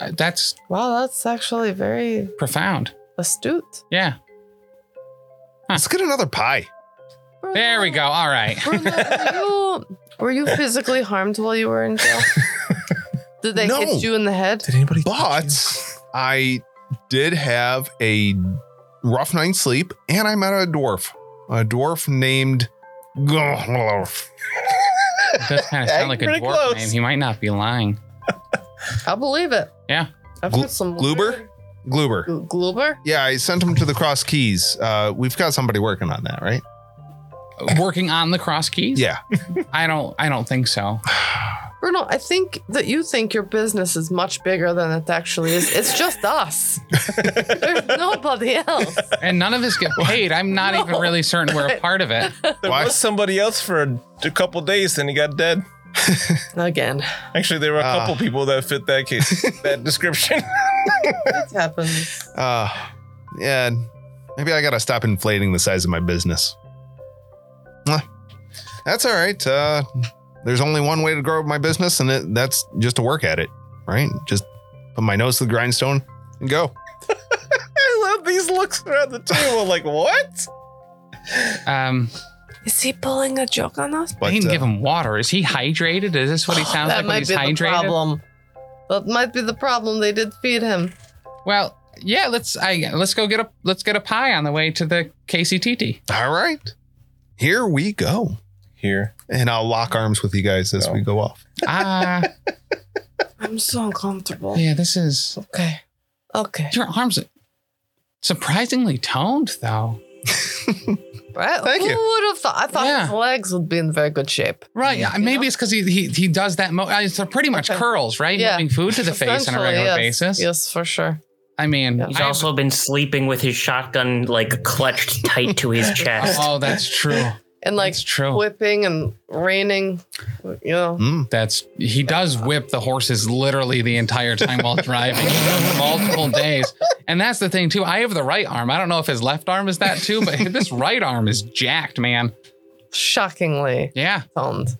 Speaker 2: uh, that's
Speaker 5: Wow, that's actually very
Speaker 2: profound.
Speaker 5: astute.
Speaker 2: Yeah.
Speaker 4: Let's get another pie.
Speaker 5: Bruno-
Speaker 2: There we go. All right.
Speaker 5: Bruno, were, you, were you physically harmed while you were in jail? Did they
Speaker 4: No.
Speaker 5: hit you in the head?
Speaker 3: Did anybody?
Speaker 4: But I did have a rough night's sleep, and I met a dwarf, a dwarf named.
Speaker 2: does kind of sound like a
Speaker 3: Pretty
Speaker 2: dwarf
Speaker 3: close.
Speaker 2: name. He might not be lying.
Speaker 5: I believe it.
Speaker 2: Yeah.
Speaker 5: I've
Speaker 4: Gl-
Speaker 5: heard some
Speaker 4: Gloober?
Speaker 5: weird-
Speaker 4: Gluber.
Speaker 5: Gl- Gloober?
Speaker 4: Yeah, I sent him to the Cross Keys. Uh, we've got somebody working on that, right?
Speaker 2: Working on the cross keys?
Speaker 4: Yeah.
Speaker 2: I don't I don't think so.
Speaker 5: Bruno, I think that you think your business is much bigger than it actually is. It's just us. There's nobody else.
Speaker 2: And none of us get paid. I'm not
Speaker 5: No.
Speaker 2: even really certain we're a part of it.
Speaker 3: There
Speaker 4: Why-
Speaker 3: was somebody else for a, a couple days, then he got dead.
Speaker 5: Again,
Speaker 3: Actually, there were a
Speaker 4: Ah.
Speaker 3: couple people that fit that case, that description.
Speaker 5: it happens.
Speaker 4: Uh, yeah. Maybe I gotta stop inflating the size of my business. Mwah. That's all right. Uh, there's only one way to grow my business, and it, that's just to work at it, right? Just put my nose to the grindstone and go.
Speaker 3: I love these looks around the table, like what?
Speaker 2: Um
Speaker 5: Is he pulling a joke on us?
Speaker 4: But
Speaker 2: they didn't
Speaker 4: uh,
Speaker 2: give him water. Is he hydrated? Is this what he sounds like when
Speaker 5: that might
Speaker 2: he's
Speaker 5: be the
Speaker 2: hydrated?
Speaker 5: problem. That might be the problem. They did feed him.
Speaker 2: Well, yeah, let's I let's go get a let's get a pie on the way to the KCTT.
Speaker 4: all right, here we go.
Speaker 3: Here,
Speaker 4: And I'll lock arms with you guys as
Speaker 3: Go.
Speaker 4: we go off.
Speaker 2: Ah,
Speaker 5: I'm so uncomfortable.
Speaker 2: yeah, this is
Speaker 5: Okay. Okay.
Speaker 2: your arms are surprisingly toned though.
Speaker 5: Right?
Speaker 4: Thank
Speaker 5: Who
Speaker 4: you.
Speaker 5: would have thought? I thought his
Speaker 2: Yeah.
Speaker 5: legs would be in very good shape.
Speaker 2: Right.
Speaker 5: Yeah.
Speaker 2: Maybe it's because he, he he does that. Mo- uh, it's pretty much
Speaker 5: Okay.
Speaker 2: curls, right?
Speaker 5: Yeah.
Speaker 2: Moving food to the face on a
Speaker 5: Essentially,
Speaker 2: regular
Speaker 5: yes.
Speaker 2: basis.
Speaker 5: Yes, for sure.
Speaker 2: I mean,
Speaker 5: Yeah.
Speaker 2: I
Speaker 6: He's
Speaker 2: have-
Speaker 6: also been sleeping with his shotgun like clutched tight to his chest.
Speaker 2: oh, that's true.
Speaker 5: And like
Speaker 2: that's true.
Speaker 5: whipping and raining, you know.
Speaker 4: Mm.
Speaker 2: That's he does whip the horses literally the entire time while driving multiple days. And that's the thing too. I have the right arm. I don't know if his left arm is that too, but this right arm is jacked, man.
Speaker 5: Shockingly
Speaker 2: Yeah.
Speaker 5: toned.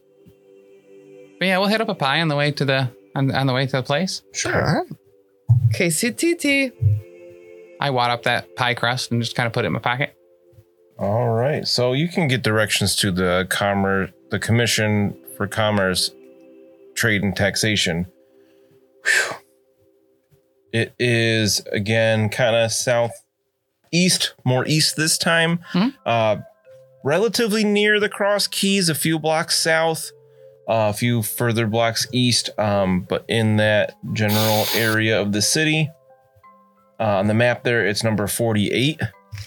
Speaker 2: But yeah, we'll hit up a pie on the way to the on, on the way to the place.
Speaker 4: Sure. All right.
Speaker 5: KCTT.
Speaker 2: I wad up that pie crust and just kind of put it in my pocket.
Speaker 3: All right. So you can get directions to the commerce, the Commission for Commerce, Trade and Taxation. Whew. It is again kind of southeast, more east this time.
Speaker 2: Hmm.
Speaker 3: Uh, relatively near the Cross Keys, a few blocks south, uh, a few further blocks east, um, but in that general area of the city. Uh, on the map there, it's number forty-eight.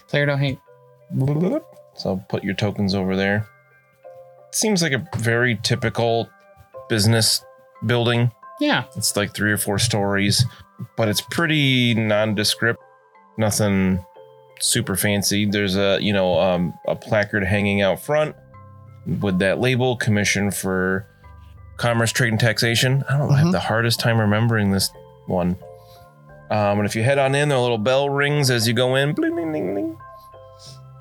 Speaker 2: Player don't hate.
Speaker 3: So put your tokens over there. Seems like a very typical business building.
Speaker 2: Yeah.
Speaker 3: It's like three or four stories, but it's pretty nondescript. Nothing super fancy. There's a you know um, a placard hanging out front with that label Commission for Commerce, Trade, and Taxation. I don't have
Speaker 4: Mhm.
Speaker 3: the hardest time remembering this one. Um, and if you head on in, their little bell rings as you go in. Bling, bling, bling, bling.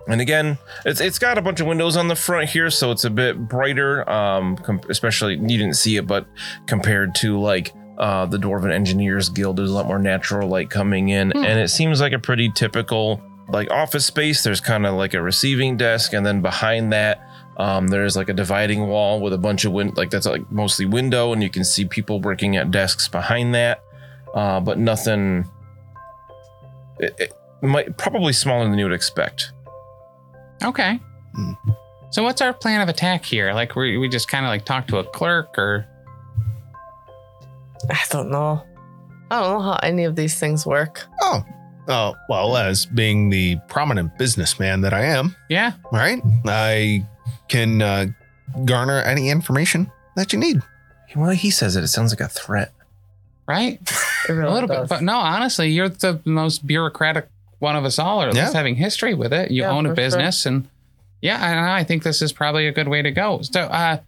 Speaker 3: And again, it's it's got a bunch of windows on the front here, so it's a bit brighter. Um, com- especially you didn't see it, but compared to like uh, the Dwarven Engineers Guild, there's a lot more natural light coming in,
Speaker 2: Hmm.
Speaker 3: and it seems like a pretty typical like office space. There's kind of like a receiving desk, and then behind that, um, there's like a dividing wall with a bunch of win like that's like mostly window, and you can see people working at desks behind that, uh, but nothing. It, it might probably smaller than you would expect.
Speaker 2: Okay.
Speaker 4: Hmm.
Speaker 2: So what's our plan of attack here? Like we we just kind of like talk to a clerk or
Speaker 5: I don't know. I don't know how any of these things work.
Speaker 4: Oh. Uh, well, as being the prominent businessman that I am,
Speaker 2: yeah.
Speaker 4: right? I can uh, garner any information that you need.
Speaker 3: Well, he says it. It sounds like a threat.
Speaker 2: Right.
Speaker 5: It really
Speaker 2: a little
Speaker 5: does.
Speaker 2: bit, but no, honestly, you're the most bureaucratic one of us all, or at
Speaker 4: Yeah.
Speaker 2: least having history with it. You
Speaker 5: Yeah,
Speaker 2: own a
Speaker 5: for sure.
Speaker 2: business, and yeah, I don't know. I think this is probably a good way to go. So, uh,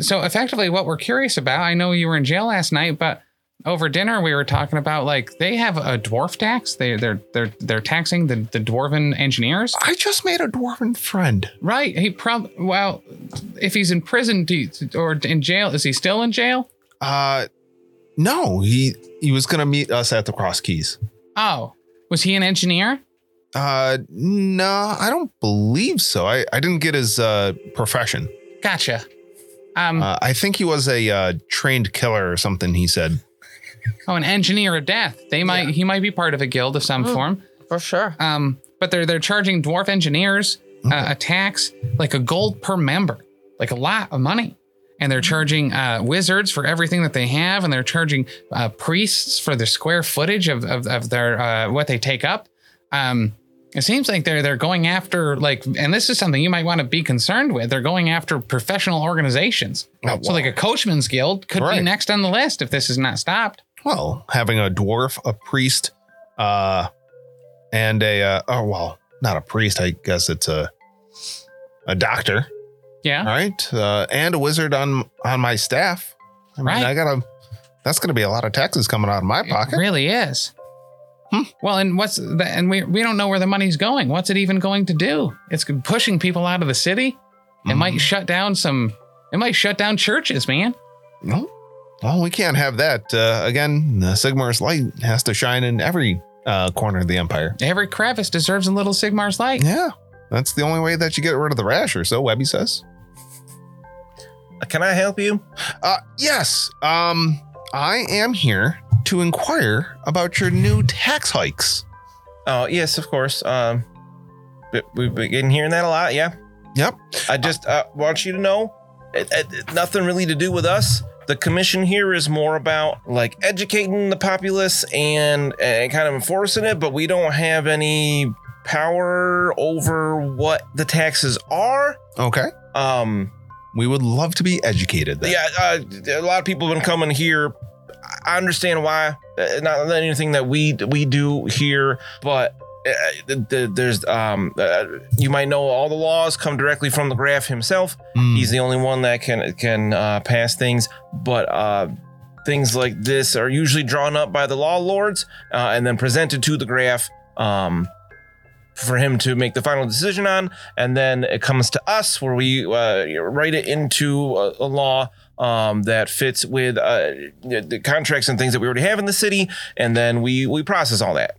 Speaker 2: so effectively, what we're curious about, I know you were in jail last night, but over dinner we were talking about like they have a dwarf tax. They they're they're they're taxing the the dwarven engineers.
Speaker 4: I just made a dwarven friend.
Speaker 2: Right? He prob well, if he's in prison do you- or in jail, is he still in jail?
Speaker 4: Uh, no, he he was gonna meet us at the Cross Keys.
Speaker 2: Oh, was he an engineer?
Speaker 4: Uh, no, I don't believe so. I I didn't get his uh profession.
Speaker 2: Gotcha. Um,
Speaker 4: Uh, I think he was a uh, trained killer or something. He said.
Speaker 2: Oh, an engineer of death. They might he might be part of a guild of some
Speaker 5: Mm.
Speaker 2: form.
Speaker 5: for sure.
Speaker 2: Um, but they're they're charging dwarf engineers uh, a tax like a gold per member, like a lot of money.
Speaker 1: and they're charging uh, wizards for everything that they have, and they're charging uh, priests for the square footage of of, of their uh, what they take up. Um, it seems like they're they're going after like, and this is something you might want to be concerned with. They're going after professional organizations.
Speaker 4: Oh,
Speaker 1: So
Speaker 4: wow.
Speaker 1: like a coachman's guild could be
Speaker 4: Right.
Speaker 1: next on the list if this is not stopped.
Speaker 4: Well, having a dwarf, a priest, uh, and a uh, oh well, not a priest. I guess it's a a doctor,
Speaker 1: Yeah.
Speaker 4: right? Uh, and a wizard on on my staff. I mean,
Speaker 1: Right.
Speaker 4: I gotta. That's gonna be a lot of taxes coming out of my
Speaker 1: It
Speaker 4: pocket.
Speaker 1: really is.
Speaker 4: Hmm.
Speaker 1: Well, and what's the, and we we don't know where the money's going. What's it even going to do? It's pushing people out of the city. It
Speaker 3: Hmm.
Speaker 1: might shut down some. It might shut down churches, man.
Speaker 4: No. Well, we can't have that. Uh, again, the Sigmar's light has to shine in every uh, corner of the empire.
Speaker 1: Every crevice deserves a little Sigmar's light.
Speaker 4: Yeah, that's the only way that you get rid of the rash, or so Webby says.
Speaker 3: Can I help you?
Speaker 4: Uh, yes. Um, I am here to inquire about your new tax hikes.
Speaker 3: Oh, yes, of course. Um, we- we've been hearing that a lot. Yeah.
Speaker 4: Yep.
Speaker 3: I just uh, want you to know, it, it- it- nothing really to do with us. The commission here is more about like educating the populace and and kind of enforcing it, but we don't have any power over what the taxes are.
Speaker 4: Okay.
Speaker 3: Um,
Speaker 4: We would love to be educated. Then.
Speaker 3: yeah, uh, a lot of people have been coming here. I understand why. Uh, not anything that we we do here, but uh, th- th- there's um, uh, you might know all the laws come directly from the graph himself.
Speaker 4: Mm,
Speaker 3: He's the only one that can can uh, pass things, but uh, things like this are usually drawn up by the law lords uh, and then presented to the graph um, for him to make the final decision on, and then it comes to us where we uh, write it into a, a law. Um, that fits with uh, the the contracts and things that we already have in the city, and then we we process all that.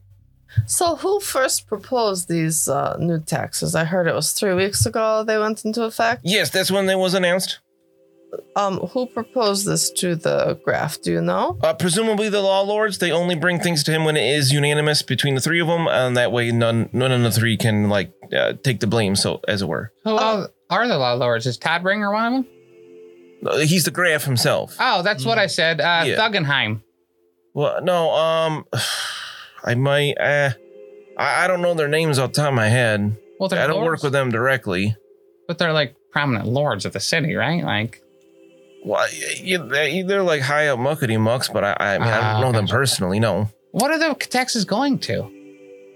Speaker 5: So, who first proposed these uh, new taxes? I heard it was three weeks ago they went into effect.
Speaker 3: Yes, that's when that was announced.
Speaker 5: Um, who proposed this to the graph? Do you know?
Speaker 3: Uh, presumably the law lords. They only bring things to him when it is unanimous between the three of them, and that way none none of the three can like uh, take the blame, so as it were.
Speaker 1: Who all are the law lords? Is Todd Ringer one of them?
Speaker 3: Uh, He's the Graf himself.
Speaker 1: Oh, that's what I said. Uh,
Speaker 3: Hmm. Yeah.
Speaker 1: Thugenheim.
Speaker 3: Well, no, um, I might. Uh, I, I don't know their names off the top of my head.
Speaker 1: Well, they're
Speaker 3: I don't
Speaker 1: lords,
Speaker 3: work with them directly.
Speaker 1: but they're like prominent lords of the city, right? Like,
Speaker 3: Well, I- you, they- they're like high up muckety mucks, but I I, mean, I
Speaker 1: Ah,
Speaker 3: don't know them
Speaker 1: gotcha.
Speaker 3: personally. No,
Speaker 1: what are the taxes going to?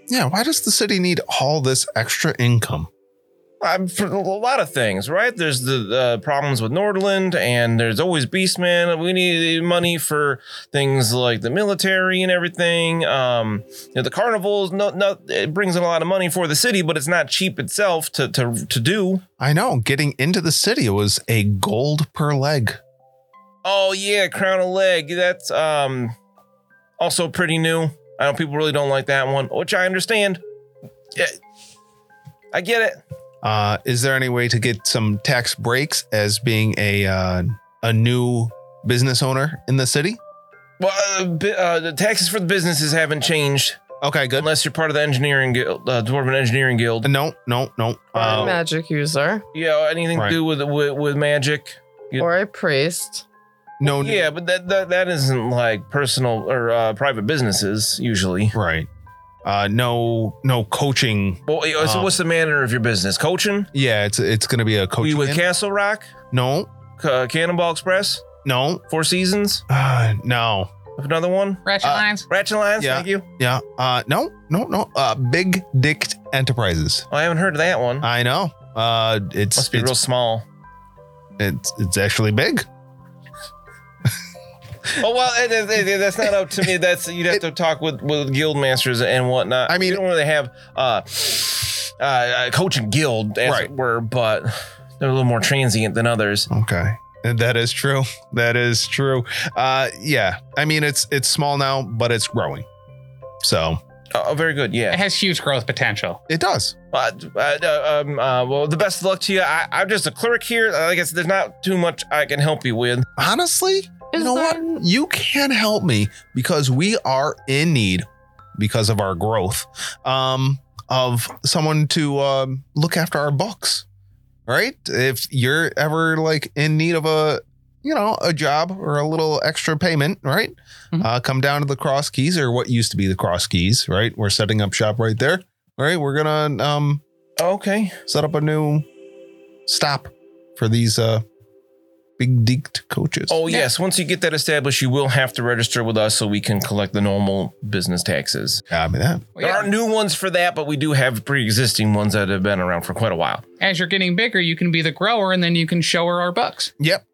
Speaker 4: yeah. Why does the city need all this extra income?
Speaker 3: I'm Uh, for a lot of things, right? There's the uh, problems with Nordland, and there's always Beastman. We need money for things like the military and everything. Um, you know, the carnivals, no, no, it brings in a lot of money for the city, but it's not cheap itself to to to do.
Speaker 4: I know. Getting into the city was a gold per leg.
Speaker 3: Oh yeah, crown a leg. That's um also pretty new. I know people really don't like that one, which I understand. Yeah, I get it.
Speaker 4: Uh, is there any way to get some tax breaks as being a uh, a new business owner in the city?
Speaker 3: Well, uh, bi- uh, the taxes for the businesses haven't changed
Speaker 4: Okay, good.
Speaker 3: unless you're part of the engineering guild, uh, dwarven engineering guild.
Speaker 4: No, no, no.
Speaker 5: Or a
Speaker 4: Uh,
Speaker 5: magic user
Speaker 3: Yeah, anything
Speaker 4: Right.
Speaker 3: to do with with, with magic. Yeah.
Speaker 5: or a priest.
Speaker 4: no.
Speaker 3: Yeah, but that, that that isn't like personal or uh, private businesses usually.
Speaker 4: Right. Uh, no, no coaching.
Speaker 3: Well, uh, so
Speaker 4: Um,
Speaker 3: what's the manner of your business? Coaching?
Speaker 4: Yeah, it's it's gonna be a
Speaker 3: Are
Speaker 4: coaching.
Speaker 3: you with
Speaker 4: in-
Speaker 3: Castle Rock,
Speaker 4: no,
Speaker 3: Ca- Cannonball Express,
Speaker 4: no,
Speaker 3: Four Seasons?
Speaker 4: uh, no.
Speaker 3: Another one?
Speaker 1: Ratchet
Speaker 4: Uh,
Speaker 1: lines.
Speaker 3: Ratchet Lines?
Speaker 4: Yeah.
Speaker 3: Thank you.
Speaker 4: Yeah. Uh, no, no, no. Uh, Big Dick Enterprises.
Speaker 3: Oh, I haven't heard of that one.
Speaker 4: I know. Uh, it's
Speaker 3: Must be
Speaker 4: it's,
Speaker 3: real small.
Speaker 4: it's it's actually big.
Speaker 3: Oh well, it- it- it- that's not up to me. That's you'd have to talk with with guild masters and whatnot.
Speaker 4: I mean-
Speaker 3: we don't really have uh, uh, a coaching guild, as
Speaker 4: Right.
Speaker 3: it were, but they're a little more transient than others.
Speaker 4: Okay. That is true. That is true. Uh, yeah. I mean, it's it's small now, but it's growing. So
Speaker 3: Oh, very good.
Speaker 1: It
Speaker 3: Yeah.
Speaker 1: has huge growth potential.
Speaker 4: it does.
Speaker 3: Uh, uh, um, uh, well, the best of luck to you. I, I'm just a clerk here. Uh, I guess there's not too much I can help you with.
Speaker 4: Honestly, you know what? You can help me because we are in need because of our growth um, of someone to um, look after our books. Right? If you're ever like in need of a you know, a job or a little extra payment, right?
Speaker 2: Mhm.
Speaker 4: Uh, come down to the cross keys or what used to be the cross keys, right? We're setting up shop right there. All right, we're gonna um,
Speaker 3: Okay.
Speaker 4: set up a new stop for these uh, big deeked coaches.
Speaker 3: Oh yes. Once you get that established, you will have to register with us so we can collect the normal business taxes.
Speaker 4: I mean that.
Speaker 2: Well,
Speaker 3: There
Speaker 2: yeah,
Speaker 3: are new ones for that, but we do have pre-existing ones that have been around for quite a while.
Speaker 2: As you're getting bigger, you can be the grower and then you can show her our bucks.
Speaker 4: Yep.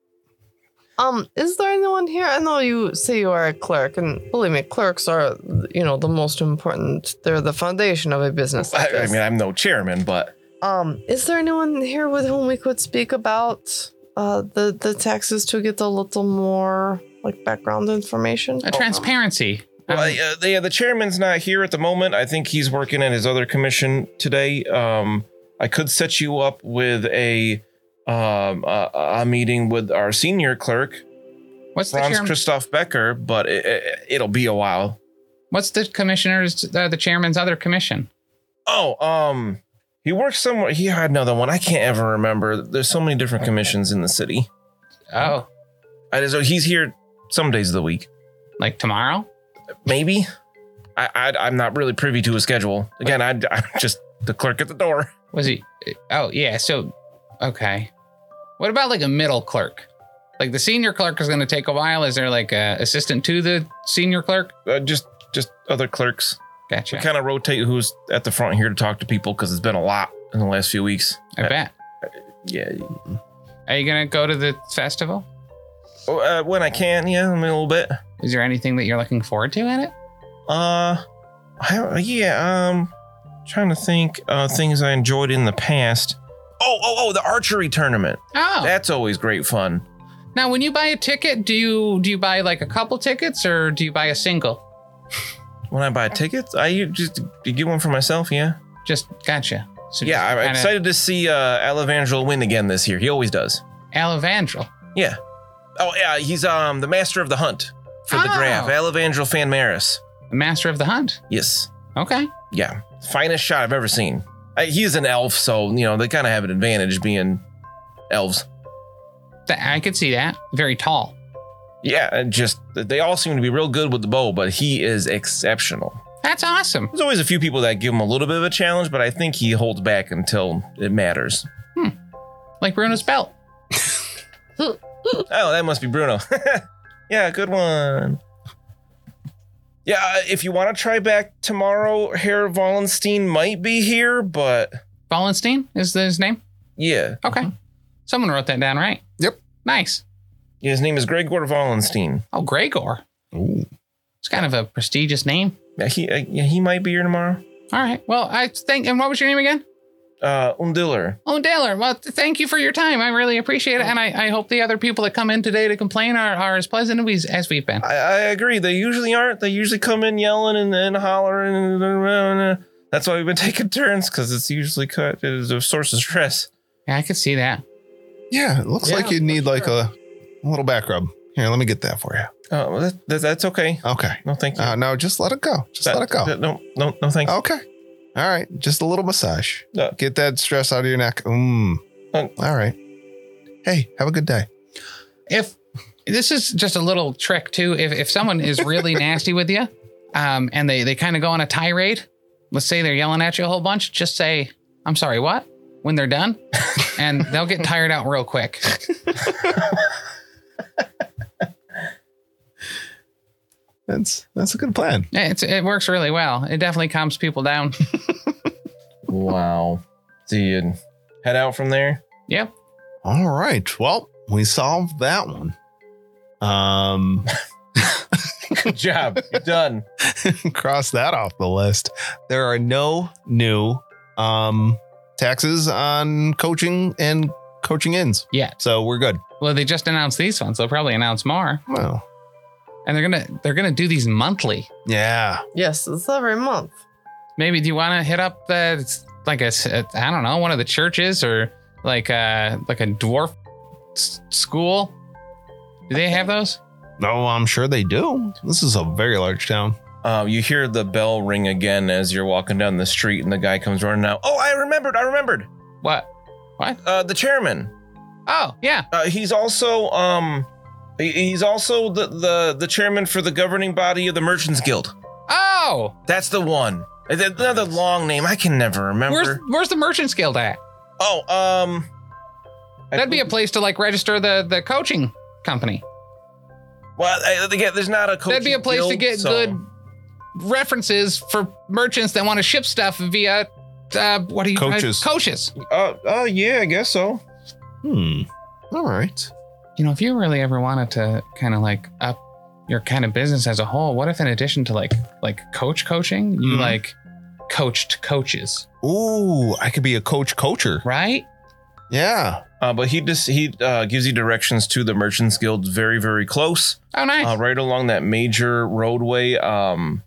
Speaker 5: Um, is there anyone here? I know you say you are a clerk, and believe me, clerks are, you know, the most important. They're the foundation of a business. like
Speaker 3: I, I
Speaker 5: this.
Speaker 3: mean, I'm no chairman, but
Speaker 5: um, is there anyone here with whom we could speak about uh, the the taxes to get a little more like background information?
Speaker 2: A transparency. Um,
Speaker 3: Oh, Well, uh, the- yeah, the chairman's not here at the moment. I think he's working at his other commission today. Um, I could set you up with a um a, a meeting with our senior clerk,
Speaker 2: what's the
Speaker 3: Franz
Speaker 2: chairman-
Speaker 3: Christoph Becker, but it, it, it'll be a while.
Speaker 2: What's the commissioner's uh, the chairman's other commission?
Speaker 3: Oh, um, he works somewhere. He had another one. I can't ever remember. There's so many different commissions in the city.
Speaker 2: Oh,
Speaker 3: I just, he's here some days of the week,
Speaker 2: like tomorrow?
Speaker 3: maybe. I, I I'm not really privy to his schedule. Again, I, I'm just the clerk at the door.
Speaker 2: Was he? Oh yeah. So, okay. What about like a middle clerk? Like the senior clerk is going to take a while. Is there like a assistant to the senior clerk?
Speaker 3: Uh, just just other clerks.
Speaker 2: Gotcha.
Speaker 3: We kind of rotate who's at the front here to talk to people because it's been a lot in the last few weeks.
Speaker 2: I bet.
Speaker 3: Yeah.
Speaker 2: Are you going to go to the festival?
Speaker 3: Uh, when I can, yeah, I mean, a little bit.
Speaker 2: Is there anything that you're looking forward to at it?
Speaker 3: Uh, I, yeah. Um, trying to think uh, things I enjoyed in the past. Oh, oh, oh! The archery tournament.
Speaker 2: Oh,
Speaker 3: That's always great fun.
Speaker 2: now when you buy a ticket, do you do you buy like a couple tickets or do you buy a single?
Speaker 3: When I buy tickets, I u- just you get one for myself. Yeah.
Speaker 2: Just gotcha. So
Speaker 3: Yeah,
Speaker 2: just
Speaker 3: I'm
Speaker 2: kinda-
Speaker 3: excited to see uh, Alavandrel win again this year. He always does.
Speaker 2: Alavandrel.
Speaker 3: Yeah. Oh yeah, he's um the master of the hunt for the
Speaker 2: Oh.
Speaker 3: draft. Alavandrel Fanmaris.
Speaker 2: the master of the hunt.
Speaker 3: Yes.
Speaker 2: Okay.
Speaker 3: yeah, finest shot I've ever seen. Uh, he's an elf, so you know they kind of have an advantage being elves.
Speaker 2: Th- I could see that. Very tall.
Speaker 3: Yeah, and just they all seem to be real good with the bow, but he is exceptional.
Speaker 2: That's awesome.
Speaker 3: There's always a few people that give him a little bit of a challenge, but I think he holds back until it matters.
Speaker 2: Like Bruno's belt.
Speaker 3: Oh, that must be Bruno. yeah, good one. Yeah, uh, if you want to try back tomorrow, Herr Wallenstein might be here, but
Speaker 2: Wallenstein is his name.
Speaker 3: yeah,
Speaker 2: Okay. Someone wrote that down right.
Speaker 4: Yep.
Speaker 2: Nice.
Speaker 3: his name is Gregor Wallenstein.
Speaker 2: Oh, Gregor.
Speaker 4: Ooh.
Speaker 2: It's kind of a prestigious name.
Speaker 3: Yeah, he uh, yeah, he might be here tomorrow.
Speaker 2: All right. Well, I think. And what was your name again?
Speaker 3: uh, Undiller.
Speaker 2: Oh, Daler. Well, th- thank you for your time. I really appreciate it, and I, I hope the other people that come in today to complain are, are as pleasant as we- as we've been.
Speaker 3: I, I agree. They usually aren't. They usually come in yelling and then hollering. And, that's why we've been taking turns because it's usually cut. It is a source of stress.
Speaker 2: Yeah, I could see that.
Speaker 4: Yeah, it looks
Speaker 3: Yeah,
Speaker 4: like you need like a, a little back rub. Here, let me get that for you.
Speaker 3: Uh, well, that, that, that's okay.
Speaker 4: Okay.
Speaker 3: No, thank you.
Speaker 4: Uh, no, just let it go. Just
Speaker 3: That-
Speaker 4: let it go.
Speaker 3: that- no, no, no, thank you.
Speaker 4: Okay. All right. Just a little massage.
Speaker 3: Yeah.
Speaker 4: Get that stress out of your neck. Mm.
Speaker 3: Uh,
Speaker 4: All right. Hey, have a good day.
Speaker 2: If this is just a little trick too, if if someone is really nasty with you, um, and they they kind of go on a tirade, let's say they're yelling at you a whole bunch, just say, "I'm sorry, what?" When they're done, and they'll get tired out real quick.
Speaker 4: That's that's a good plan.
Speaker 2: Yeah, It's, it works really well. It definitely calms people down.
Speaker 3: Wow. So you head out from there.
Speaker 2: yep.
Speaker 4: All right. Well, we solved that one. Um,
Speaker 3: Good job. You're done.
Speaker 4: cross that off the list. There are no new um taxes on coaching and coaching ins.
Speaker 2: Yeah.
Speaker 4: So we're good.
Speaker 2: Well, they just announced these ones. They'll probably announce more,
Speaker 4: Well,
Speaker 2: and they're gonna they're gonna do these monthly.
Speaker 4: yeah.
Speaker 5: Yes, it's every month.
Speaker 2: Maybe do you want to hit up the it's like a s- a- I don't know one of the churches or like
Speaker 1: uh,
Speaker 2: a like a dwarf s- school? Do they have those?
Speaker 4: No, Oh, I'm sure they do. This is a very large town.
Speaker 3: Uh, you hear the bell ring again as you're walking down the street, and the guy comes running out. Oh, I remembered. I remembered.
Speaker 2: What?
Speaker 3: Uh, the chairman.
Speaker 2: Oh yeah.
Speaker 3: Uh, he's also um He- He's also the, the the chairman for the governing body of the Merchants Guild.
Speaker 1: Oh,
Speaker 3: That's the one. Is it Another long name. I can never remember.
Speaker 1: where's where's the merchant guild at?
Speaker 3: oh, um, I
Speaker 1: That'd be a place to like register the the coaching company.
Speaker 3: well. I, again, there's not a.
Speaker 1: That'd be a
Speaker 3: coaching
Speaker 1: place to
Speaker 3: guild,
Speaker 1: get
Speaker 3: so-
Speaker 1: good references for merchants that want to ship stuff via uh, what do you
Speaker 4: Coaches.
Speaker 1: Uh, coaches.
Speaker 3: Uh, oh yeah, I guess so.
Speaker 4: Hmm. All right.
Speaker 1: You know, if you really ever wanted to kind of like up your kind of business as a whole, what if in addition to like like coach coaching, you
Speaker 4: Mhm.
Speaker 1: like coached coaches,
Speaker 4: Ooh, I could be a coach coacher.
Speaker 1: right?
Speaker 4: Yeah.
Speaker 3: Uh, but he just he uh, gives you directions to the Merchants Guild very very close,
Speaker 1: Oh, nice.
Speaker 3: uh, right along that major roadway, um,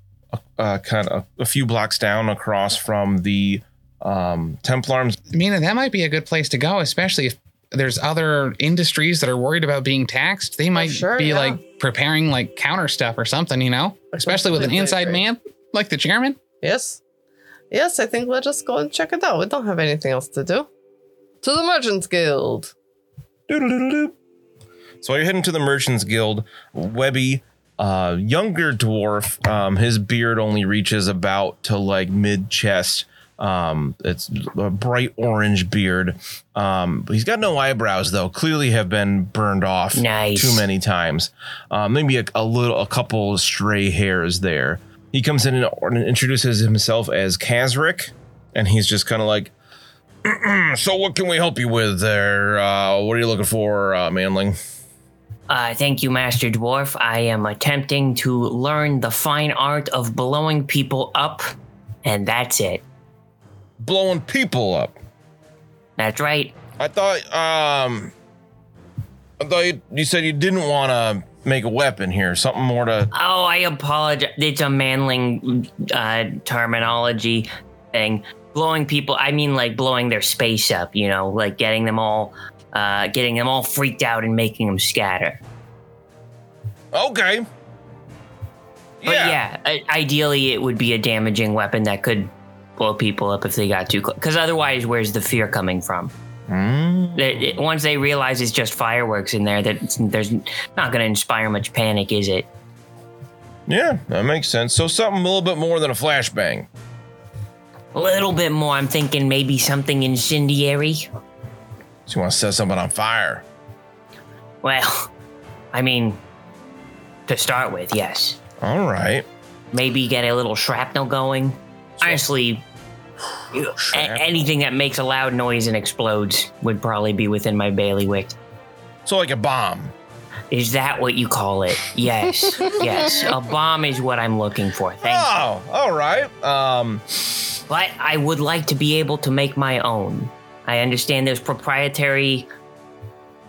Speaker 3: uh, kind of a few blocks down across from the um, Templarms.
Speaker 1: Mina, that might be a good place to go, especially if there's other industries that are worried about being taxed. They might
Speaker 5: Oh, sure,
Speaker 1: be
Speaker 5: yeah.
Speaker 1: like preparing like counter stuff or something, you know, especially with an
Speaker 5: completely
Speaker 1: inside
Speaker 5: agree.
Speaker 1: man like the chairman.
Speaker 5: Yes. Yes, I think we'll just go and check it out. We don't have anything else to do. To the Merchants Guild.
Speaker 3: Doodle-doodle-doo. So while you're heading to the Merchants Guild, Webby, uh, younger dwarf, um, his beard only reaches about to like mid chest. Um, it's a bright orange beard. Um, but he's got no eyebrows though. Clearly have been burned off
Speaker 6: Nice.
Speaker 3: too many times. Um, maybe a, a little, a couple stray hairs there. He comes in and or- and introduces himself as Kazrik, and he's just kind of like, "So what can we help you with there? Uh, what are you looking for, uh, Manling?"
Speaker 6: Uh, thank you, Master Dwarf. I am attempting to learn the fine art of blowing people up, and that's it.
Speaker 3: Blowing people up.
Speaker 6: That's right.
Speaker 3: I thought, um, I thought you, you said you didn't want to make a weapon here. Something more to.
Speaker 6: Oh, I apologize. It's a manling uh, terminology thing. Blowing people, I mean, like blowing their space up, you know, like getting them all. Uh, getting them all freaked out and making them scatter.
Speaker 3: Okay.
Speaker 6: But Oh, yeah, I ideally it would be a damaging weapon that could blow people up if they got too close. Because otherwise, where's the fear coming from?
Speaker 3: Hmm.
Speaker 6: That- it- once they realize it's just fireworks in there, that it's- there's not going to inspire much panic, is it?
Speaker 3: Yeah, that makes sense. So something a little bit more than a flashbang.
Speaker 6: A little bit more. I'm thinking maybe something incendiary.
Speaker 3: So you want to set something on fire.
Speaker 6: Well, I mean, to start with, yes.
Speaker 3: All right.
Speaker 6: Maybe get a little shrapnel going. Honestly, you- a-
Speaker 3: Shrapnel.
Speaker 6: anything that makes a loud noise and explodes would probably be within my bailiwick.
Speaker 3: So like a bomb.
Speaker 6: Is that what you call it? Yes, yes. A bomb is what I'm looking for. Thank you.
Speaker 3: oh, all right. Um,
Speaker 6: But I would like to be able to make my own. I understand there's proprietary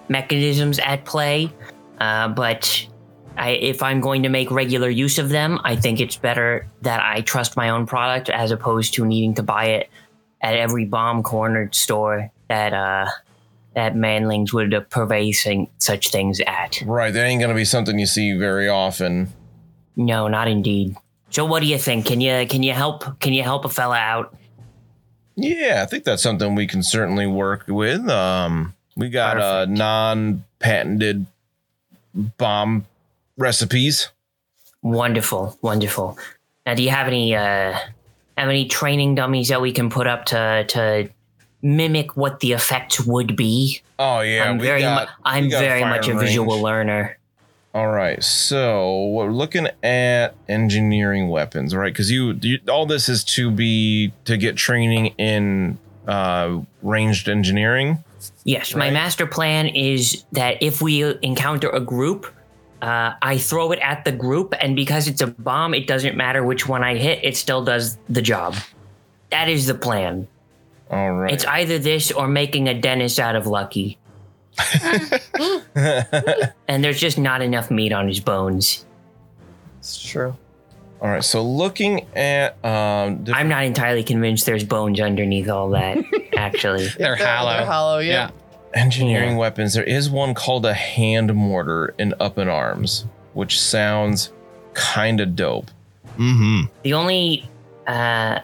Speaker 6: mechanisms at play, uh, but I, if I'm going to make regular use of them, I think it's better that I trust my own product as opposed to needing to buy it at every bomb cornered store that uh, that manlings would uh, purvey sing- such things at.
Speaker 3: right. That ain't gonna be something you see very often.
Speaker 6: No, not indeed. So, what do you think? Can you can you help? Can you help a fella out?
Speaker 3: Yeah, I think that's something we can certainly work with. Um, we got uh, non-patented bomb recipes.
Speaker 6: Wonderful, wonderful. Now, do you have any uh, have any training dummies that we can put up to to mimic what the effects would be?
Speaker 3: Oh yeah,
Speaker 6: I'm
Speaker 3: we
Speaker 6: very, mu-
Speaker 3: got.
Speaker 6: I'm
Speaker 3: we got
Speaker 6: very much a
Speaker 3: firing
Speaker 6: visual
Speaker 3: range.
Speaker 6: learner.
Speaker 3: All right, so we're looking at engineering weapons, right? Because you, you, all this is to be to get training in uh, ranged engineering.
Speaker 6: Yes, my
Speaker 3: Right.
Speaker 6: master plan is that if we encounter a group, uh, I throw it at the group, and because it's a bomb, it doesn't matter which one I hit; it still does the job. That is the plan.
Speaker 3: All right.
Speaker 6: It's either this or making a dentist out of Lucky. and there's just not enough meat on his bones.
Speaker 5: It's true.
Speaker 3: All right. So looking at um, different-
Speaker 6: I'm not entirely convinced there's bones underneath all that, actually.
Speaker 1: They're hollow.
Speaker 5: They're hollow, yeah.
Speaker 1: Yeah.
Speaker 3: engineering weapons, there is one called a hand mortar in Up in Arms, which sounds kind of dope.
Speaker 4: Mm-hmm.
Speaker 6: The only uh,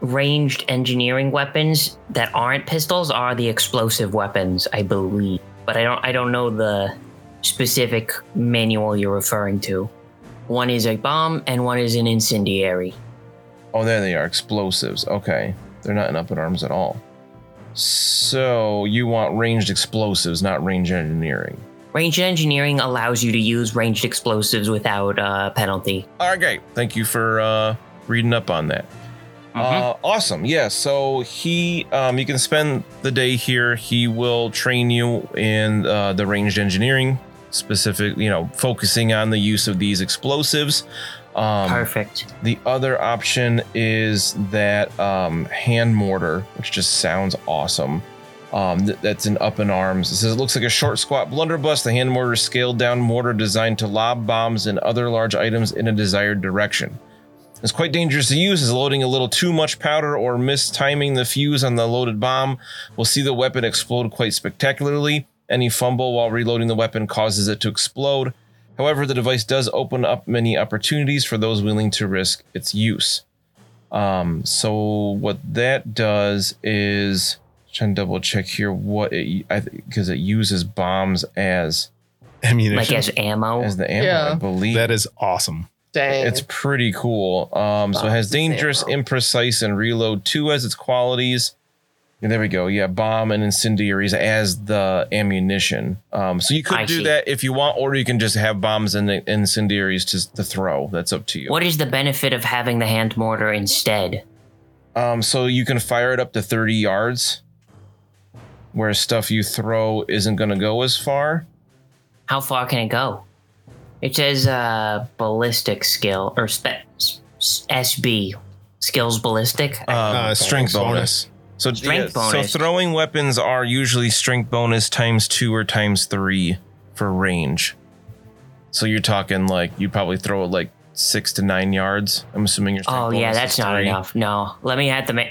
Speaker 6: ranged engineering weapons that aren't pistols are the explosive weapons, I believe. But I don't I don't know the specific manual you're referring to. One is a bomb and one is an incendiary.
Speaker 3: Oh, there they are. Explosives. Okay. They're not in up in arms at all. So you want ranged explosives, not range engineering.
Speaker 6: Ranged engineering allows you to use ranged explosives without uh, penalty.
Speaker 3: All right, great. Thank you for uh, reading up on that. Uh, awesome. Yeah. So he, um, you can spend the day here. He will train you in uh, the ranged engineering, specific, you know, focusing on the use of these explosives. Um,
Speaker 6: Perfect.
Speaker 3: The other option is that um, hand mortar, which just sounds awesome. Um, th- that's an up in arms. It says it looks like a short squat blunderbuss. The hand mortar is scaled down mortar designed to lob bombs and other large items in a desired direction. It's quite dangerous to use, as loading a little too much powder or mistiming the fuse on the loaded bomb will see the weapon explode quite spectacularly. Any fumble while reloading the weapon causes it to explode. However, the device does open up many opportunities for those willing to risk its use. Um, so what that does is trying to double check here what it I because it uses bombs as
Speaker 6: Like
Speaker 4: Ammunition.
Speaker 6: as ammo.
Speaker 3: as the ammo, I
Speaker 5: Yeah.
Speaker 3: believe.
Speaker 4: that is awesome.
Speaker 5: Dang.
Speaker 3: It's pretty cool. Um, so it has
Speaker 6: Bombs and
Speaker 3: dangerous,
Speaker 6: ammo.
Speaker 3: imprecise, and reload two as its qualities. And there we go. Yeah, bomb and incendiaries as the ammunition. Um, so you could
Speaker 6: I
Speaker 3: do
Speaker 6: see.
Speaker 3: that if you want, or you can just have bombs and incendiaries to, to throw. That's up to you.
Speaker 6: what is the benefit of having the hand mortar instead?
Speaker 3: Um, so you can fire it up to 30 yards, where stuff you throw isn't going to go as far.
Speaker 6: How far can it go? It says uh, ballistic skill or spe- s- SB skills ballistic.
Speaker 3: Um,
Speaker 4: Uh,
Speaker 3: strength bonus. So,
Speaker 6: Strength
Speaker 3: yeah,
Speaker 6: bonus.
Speaker 3: so throwing weapons are usually strength bonus times two or times three for range. So you're talking like you probably throw it like six to nine yards. I'm assuming your strength
Speaker 6: oh yeah,
Speaker 3: bonus
Speaker 6: that's
Speaker 3: is
Speaker 6: not
Speaker 3: three.
Speaker 6: enough. No, let me have the. Ma-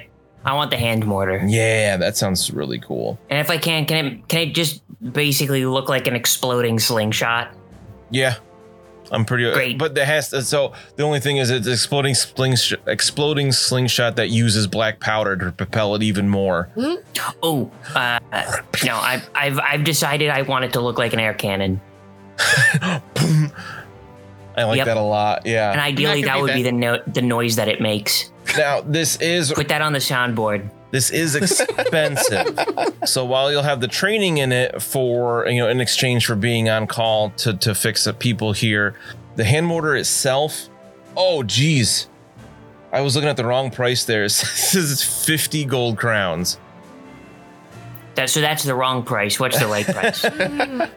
Speaker 6: I want the hand mortar.
Speaker 3: Yeah, that sounds really cool.
Speaker 6: And if I can, can it can it just basically look like an exploding slingshot?
Speaker 3: Yeah. I'm pretty uh,
Speaker 6: Great.
Speaker 3: But there has to, so the only thing is it's exploding slingshot, exploding slingshot that uses black powder to propel it even more.
Speaker 6: Oh, uh, no, I, I've I've decided I want it to look like an air cannon,
Speaker 3: I like
Speaker 6: Yep.
Speaker 3: that a lot.
Speaker 6: and
Speaker 3: Yeah.
Speaker 6: ideally
Speaker 1: could
Speaker 6: that
Speaker 1: be
Speaker 6: would
Speaker 1: that.
Speaker 6: be the no- the noise that it makes.
Speaker 3: now this is
Speaker 6: Put that on the soundboard.
Speaker 3: This is expensive. so while you'll have the training in it for you know in exchange for being on call to to fix up people here, the hand mortar itself, oh geez. I was looking at the wrong price there. It says it's 50 gold crowns.
Speaker 6: That so that's the wrong price. What's the right price?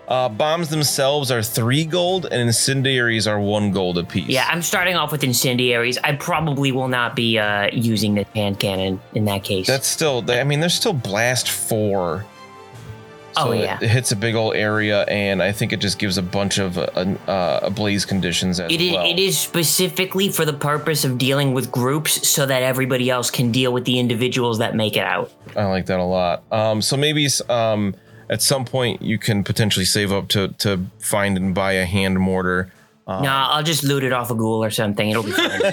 Speaker 3: Uh, bombs themselves are three gold and incendiaries are one gold apiece.
Speaker 6: yeah, I'm starting off with incendiaries. I probably will not be uh, using the hand cannon in that case.
Speaker 3: That's still, I mean, there's still blast four.
Speaker 6: Oh,
Speaker 3: it-
Speaker 6: yeah.
Speaker 3: It, hits a big old area, and I think it just gives a bunch of uh, uh, blaze conditions as
Speaker 6: It is,
Speaker 3: well.
Speaker 6: it is specifically for the purpose of dealing with groups so that everybody else can deal with the individuals that make it out.
Speaker 3: I like that a lot. Um, so maybe um, at some point you can potentially save up to to find and buy a hand mortar.
Speaker 6: No, nah, I'll just loot it off a ghoul or something. It'll be fine.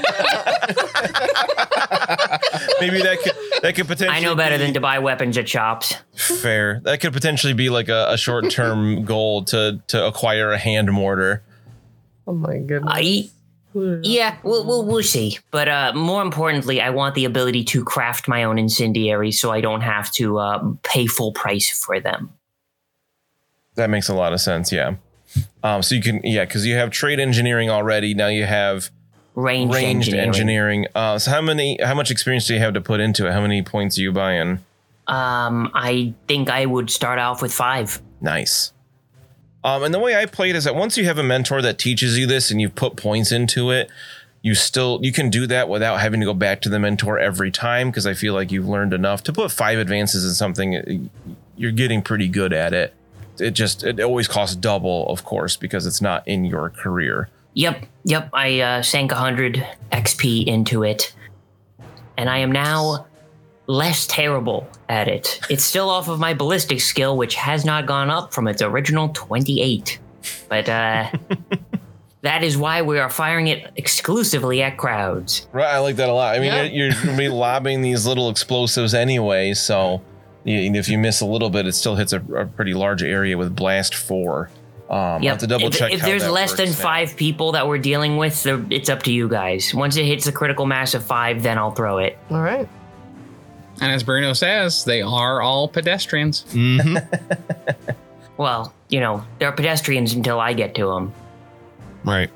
Speaker 3: Maybe that could that could potentially
Speaker 6: I know better
Speaker 3: be
Speaker 6: than to buy weapons at shops.
Speaker 3: fair. That could potentially be like a, a short term goal to to acquire a hand mortar.
Speaker 5: oh my goodness.
Speaker 6: I yeah, we'll, we'll we'll see. But uh, more importantly, I want the ability to craft my own incendiaries, so I don't have to uh, pay full price for them.
Speaker 3: That makes a lot of sense. Yeah. Um, so you can yeah because you have trade engineering already. Now you have
Speaker 6: Ranged,
Speaker 3: ranged
Speaker 6: engineering.
Speaker 3: engineering. Uh, so how many how much experience do you have to put into it? How many points are you buying?
Speaker 6: Um, I think I would start off with five.
Speaker 3: Nice. Um, and the way I played is that once you have a mentor that teaches you this and you've put points into it, you still you can do that without having to go back to the mentor every time because I feel like you've learned enough to put five advances in something. uh, You're getting pretty good at it. It just it always costs double, of course, because it's not in your career.
Speaker 6: Yep, yep. I uh, sank hundred XP into it, and I am now less terrible at it. It's still off of my ballistic skill, which has not gone up from its original twenty-eight. But uh, that is why we are firing it exclusively at crowds.
Speaker 3: Right, I like that a lot. I mean,
Speaker 5: Yeah.
Speaker 3: you're, you're gonna be lobbing these little explosives anyway, so you, if you miss a little bit, it still hits a, a pretty large area with blast four. Um, I have to double
Speaker 6: if,
Speaker 3: check.
Speaker 6: if
Speaker 3: how
Speaker 6: there's
Speaker 3: that
Speaker 6: less than
Speaker 3: works now.
Speaker 6: five people that we're dealing with, there- it's up to you guys. Once it hits the critical mass of five, then I'll throw it.
Speaker 5: All right.
Speaker 1: And as Bruno says, they are all pedestrians.
Speaker 4: hmm
Speaker 6: Well, you know, they're pedestrians until I get to them.
Speaker 4: right.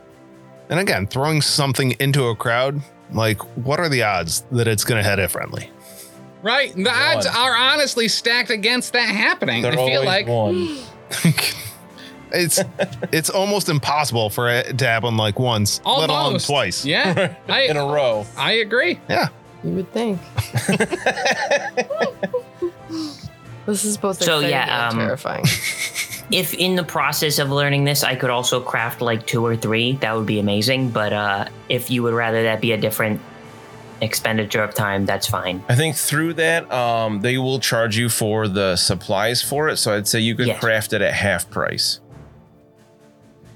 Speaker 4: And again, throwing something into a crowd, like what are the odds that it's going to head it friendly?
Speaker 1: Right. The odds
Speaker 3: One.
Speaker 1: are honestly stacked against that happening.
Speaker 3: They're
Speaker 1: I feel
Speaker 3: always
Speaker 1: like
Speaker 3: one.
Speaker 4: it's it's almost impossible for it to happen like once,
Speaker 1: almost
Speaker 4: let alone twice.
Speaker 1: Yeah.
Speaker 3: in
Speaker 1: I
Speaker 3: a row.
Speaker 1: I agree.
Speaker 5: You would think. this is both
Speaker 6: So,
Speaker 5: exciting
Speaker 6: yeah,
Speaker 5: and
Speaker 6: um,
Speaker 5: terrifying.
Speaker 6: If in the process of learning this, I could also craft like two or three, that would be amazing. But uh, if you would rather that be a different expenditure of time, that's fine.
Speaker 3: I think through that, um, they will charge you for the supplies for it. So I'd say you could
Speaker 6: Yes.
Speaker 3: craft it at half price.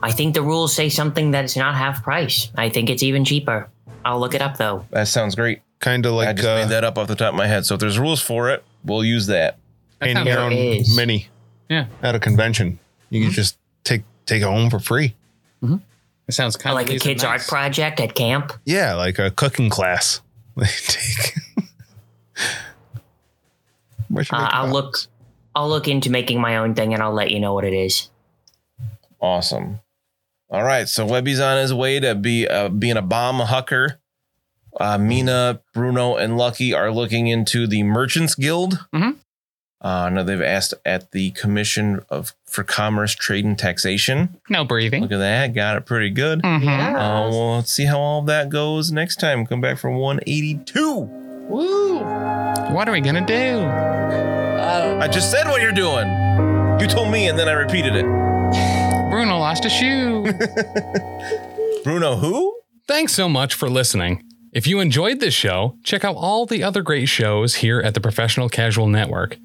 Speaker 6: I think the rules say something that's not half price. I think it's even cheaper. I'll look it up though.
Speaker 3: That sounds great.
Speaker 4: Kind of
Speaker 3: I
Speaker 4: like
Speaker 3: just
Speaker 4: uh,
Speaker 3: made that up off the top of my head. So if there's rules for it, we'll use that.
Speaker 4: painting your own
Speaker 6: There is.
Speaker 4: mini
Speaker 1: Yeah.
Speaker 4: at a convention. You can just take take it home for free.
Speaker 1: It sounds kind
Speaker 6: like a kids' art project at camp.
Speaker 4: Yeah, like a cooking class. They take. Where should we
Speaker 6: Uh,
Speaker 4: go?
Speaker 6: I'll look. I'll look into making my own thing, and I'll let you know what it is.
Speaker 3: Awesome. All right. So Webby's on his way to be uh, being a bomb hucker. Uh, Mina, Bruno, and Lucky are looking into the Merchants Guild.
Speaker 1: Mhm.
Speaker 3: Uh, now they've asked at the Commission of for Commerce, Trade, and Taxation.
Speaker 1: No breathing.
Speaker 3: Look at that. Got it pretty good.
Speaker 1: Mm-hmm.
Speaker 3: Uh,
Speaker 5: yeah.
Speaker 3: we'll see how all that goes next time. Come back for 182.
Speaker 5: Woo.
Speaker 1: What are we gonna do?
Speaker 3: I just said what you're doing. You told me, and then I repeated it.
Speaker 1: Bruno lost a shoe.
Speaker 3: Bruno, who?
Speaker 2: Thanks so much for listening. If you enjoyed this show, check out all the other great shows here at the Professional Casual Network.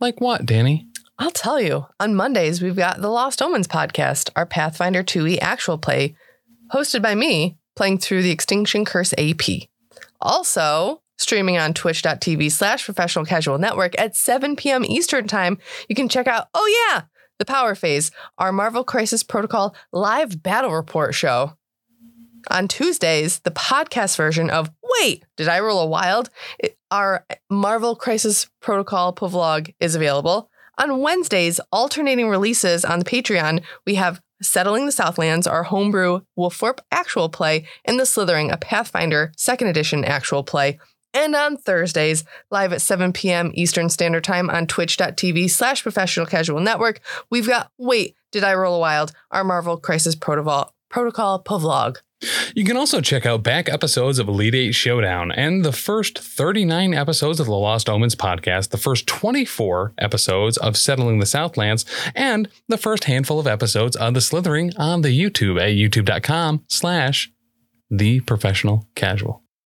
Speaker 2: Like what, Danny?
Speaker 5: I'll tell you, on Mondays, we've got the Lost Omens podcast, our Pathfinder 2e actual play, hosted by me, playing through the Extinction Curse AP. Also, streaming on twitch.tv slash professional casual network at 7 p.m. Eastern time, you can check out, oh yeah, The Power Phase, our Marvel Crisis Protocol live battle report show. On Tuesdays, the podcast version of Wait, Did I Roll a Wild? It- our Marvel Crisis Protocol Povlog is available. On Wednesdays, alternating releases on the Patreon, we have Settling the Southlands, our homebrew Wolforp actual play, and The Slithering, a Pathfinder second edition actual play. And on Thursdays, live at 7 p.m. Eastern Standard Time on twitch.tv slash professional casual network, we've got Wait, Did I Roll a Wild? Our Marvel Crisis Protocol, Protocol Povlog.
Speaker 2: You can also check out back episodes of Elite Eight Showdown and the first 39 episodes of the Lost Omens podcast, the first 24 episodes of Settling the Southlands, and the first handful of episodes of The Slithering on the YouTube at youtube.com slash the professional casual.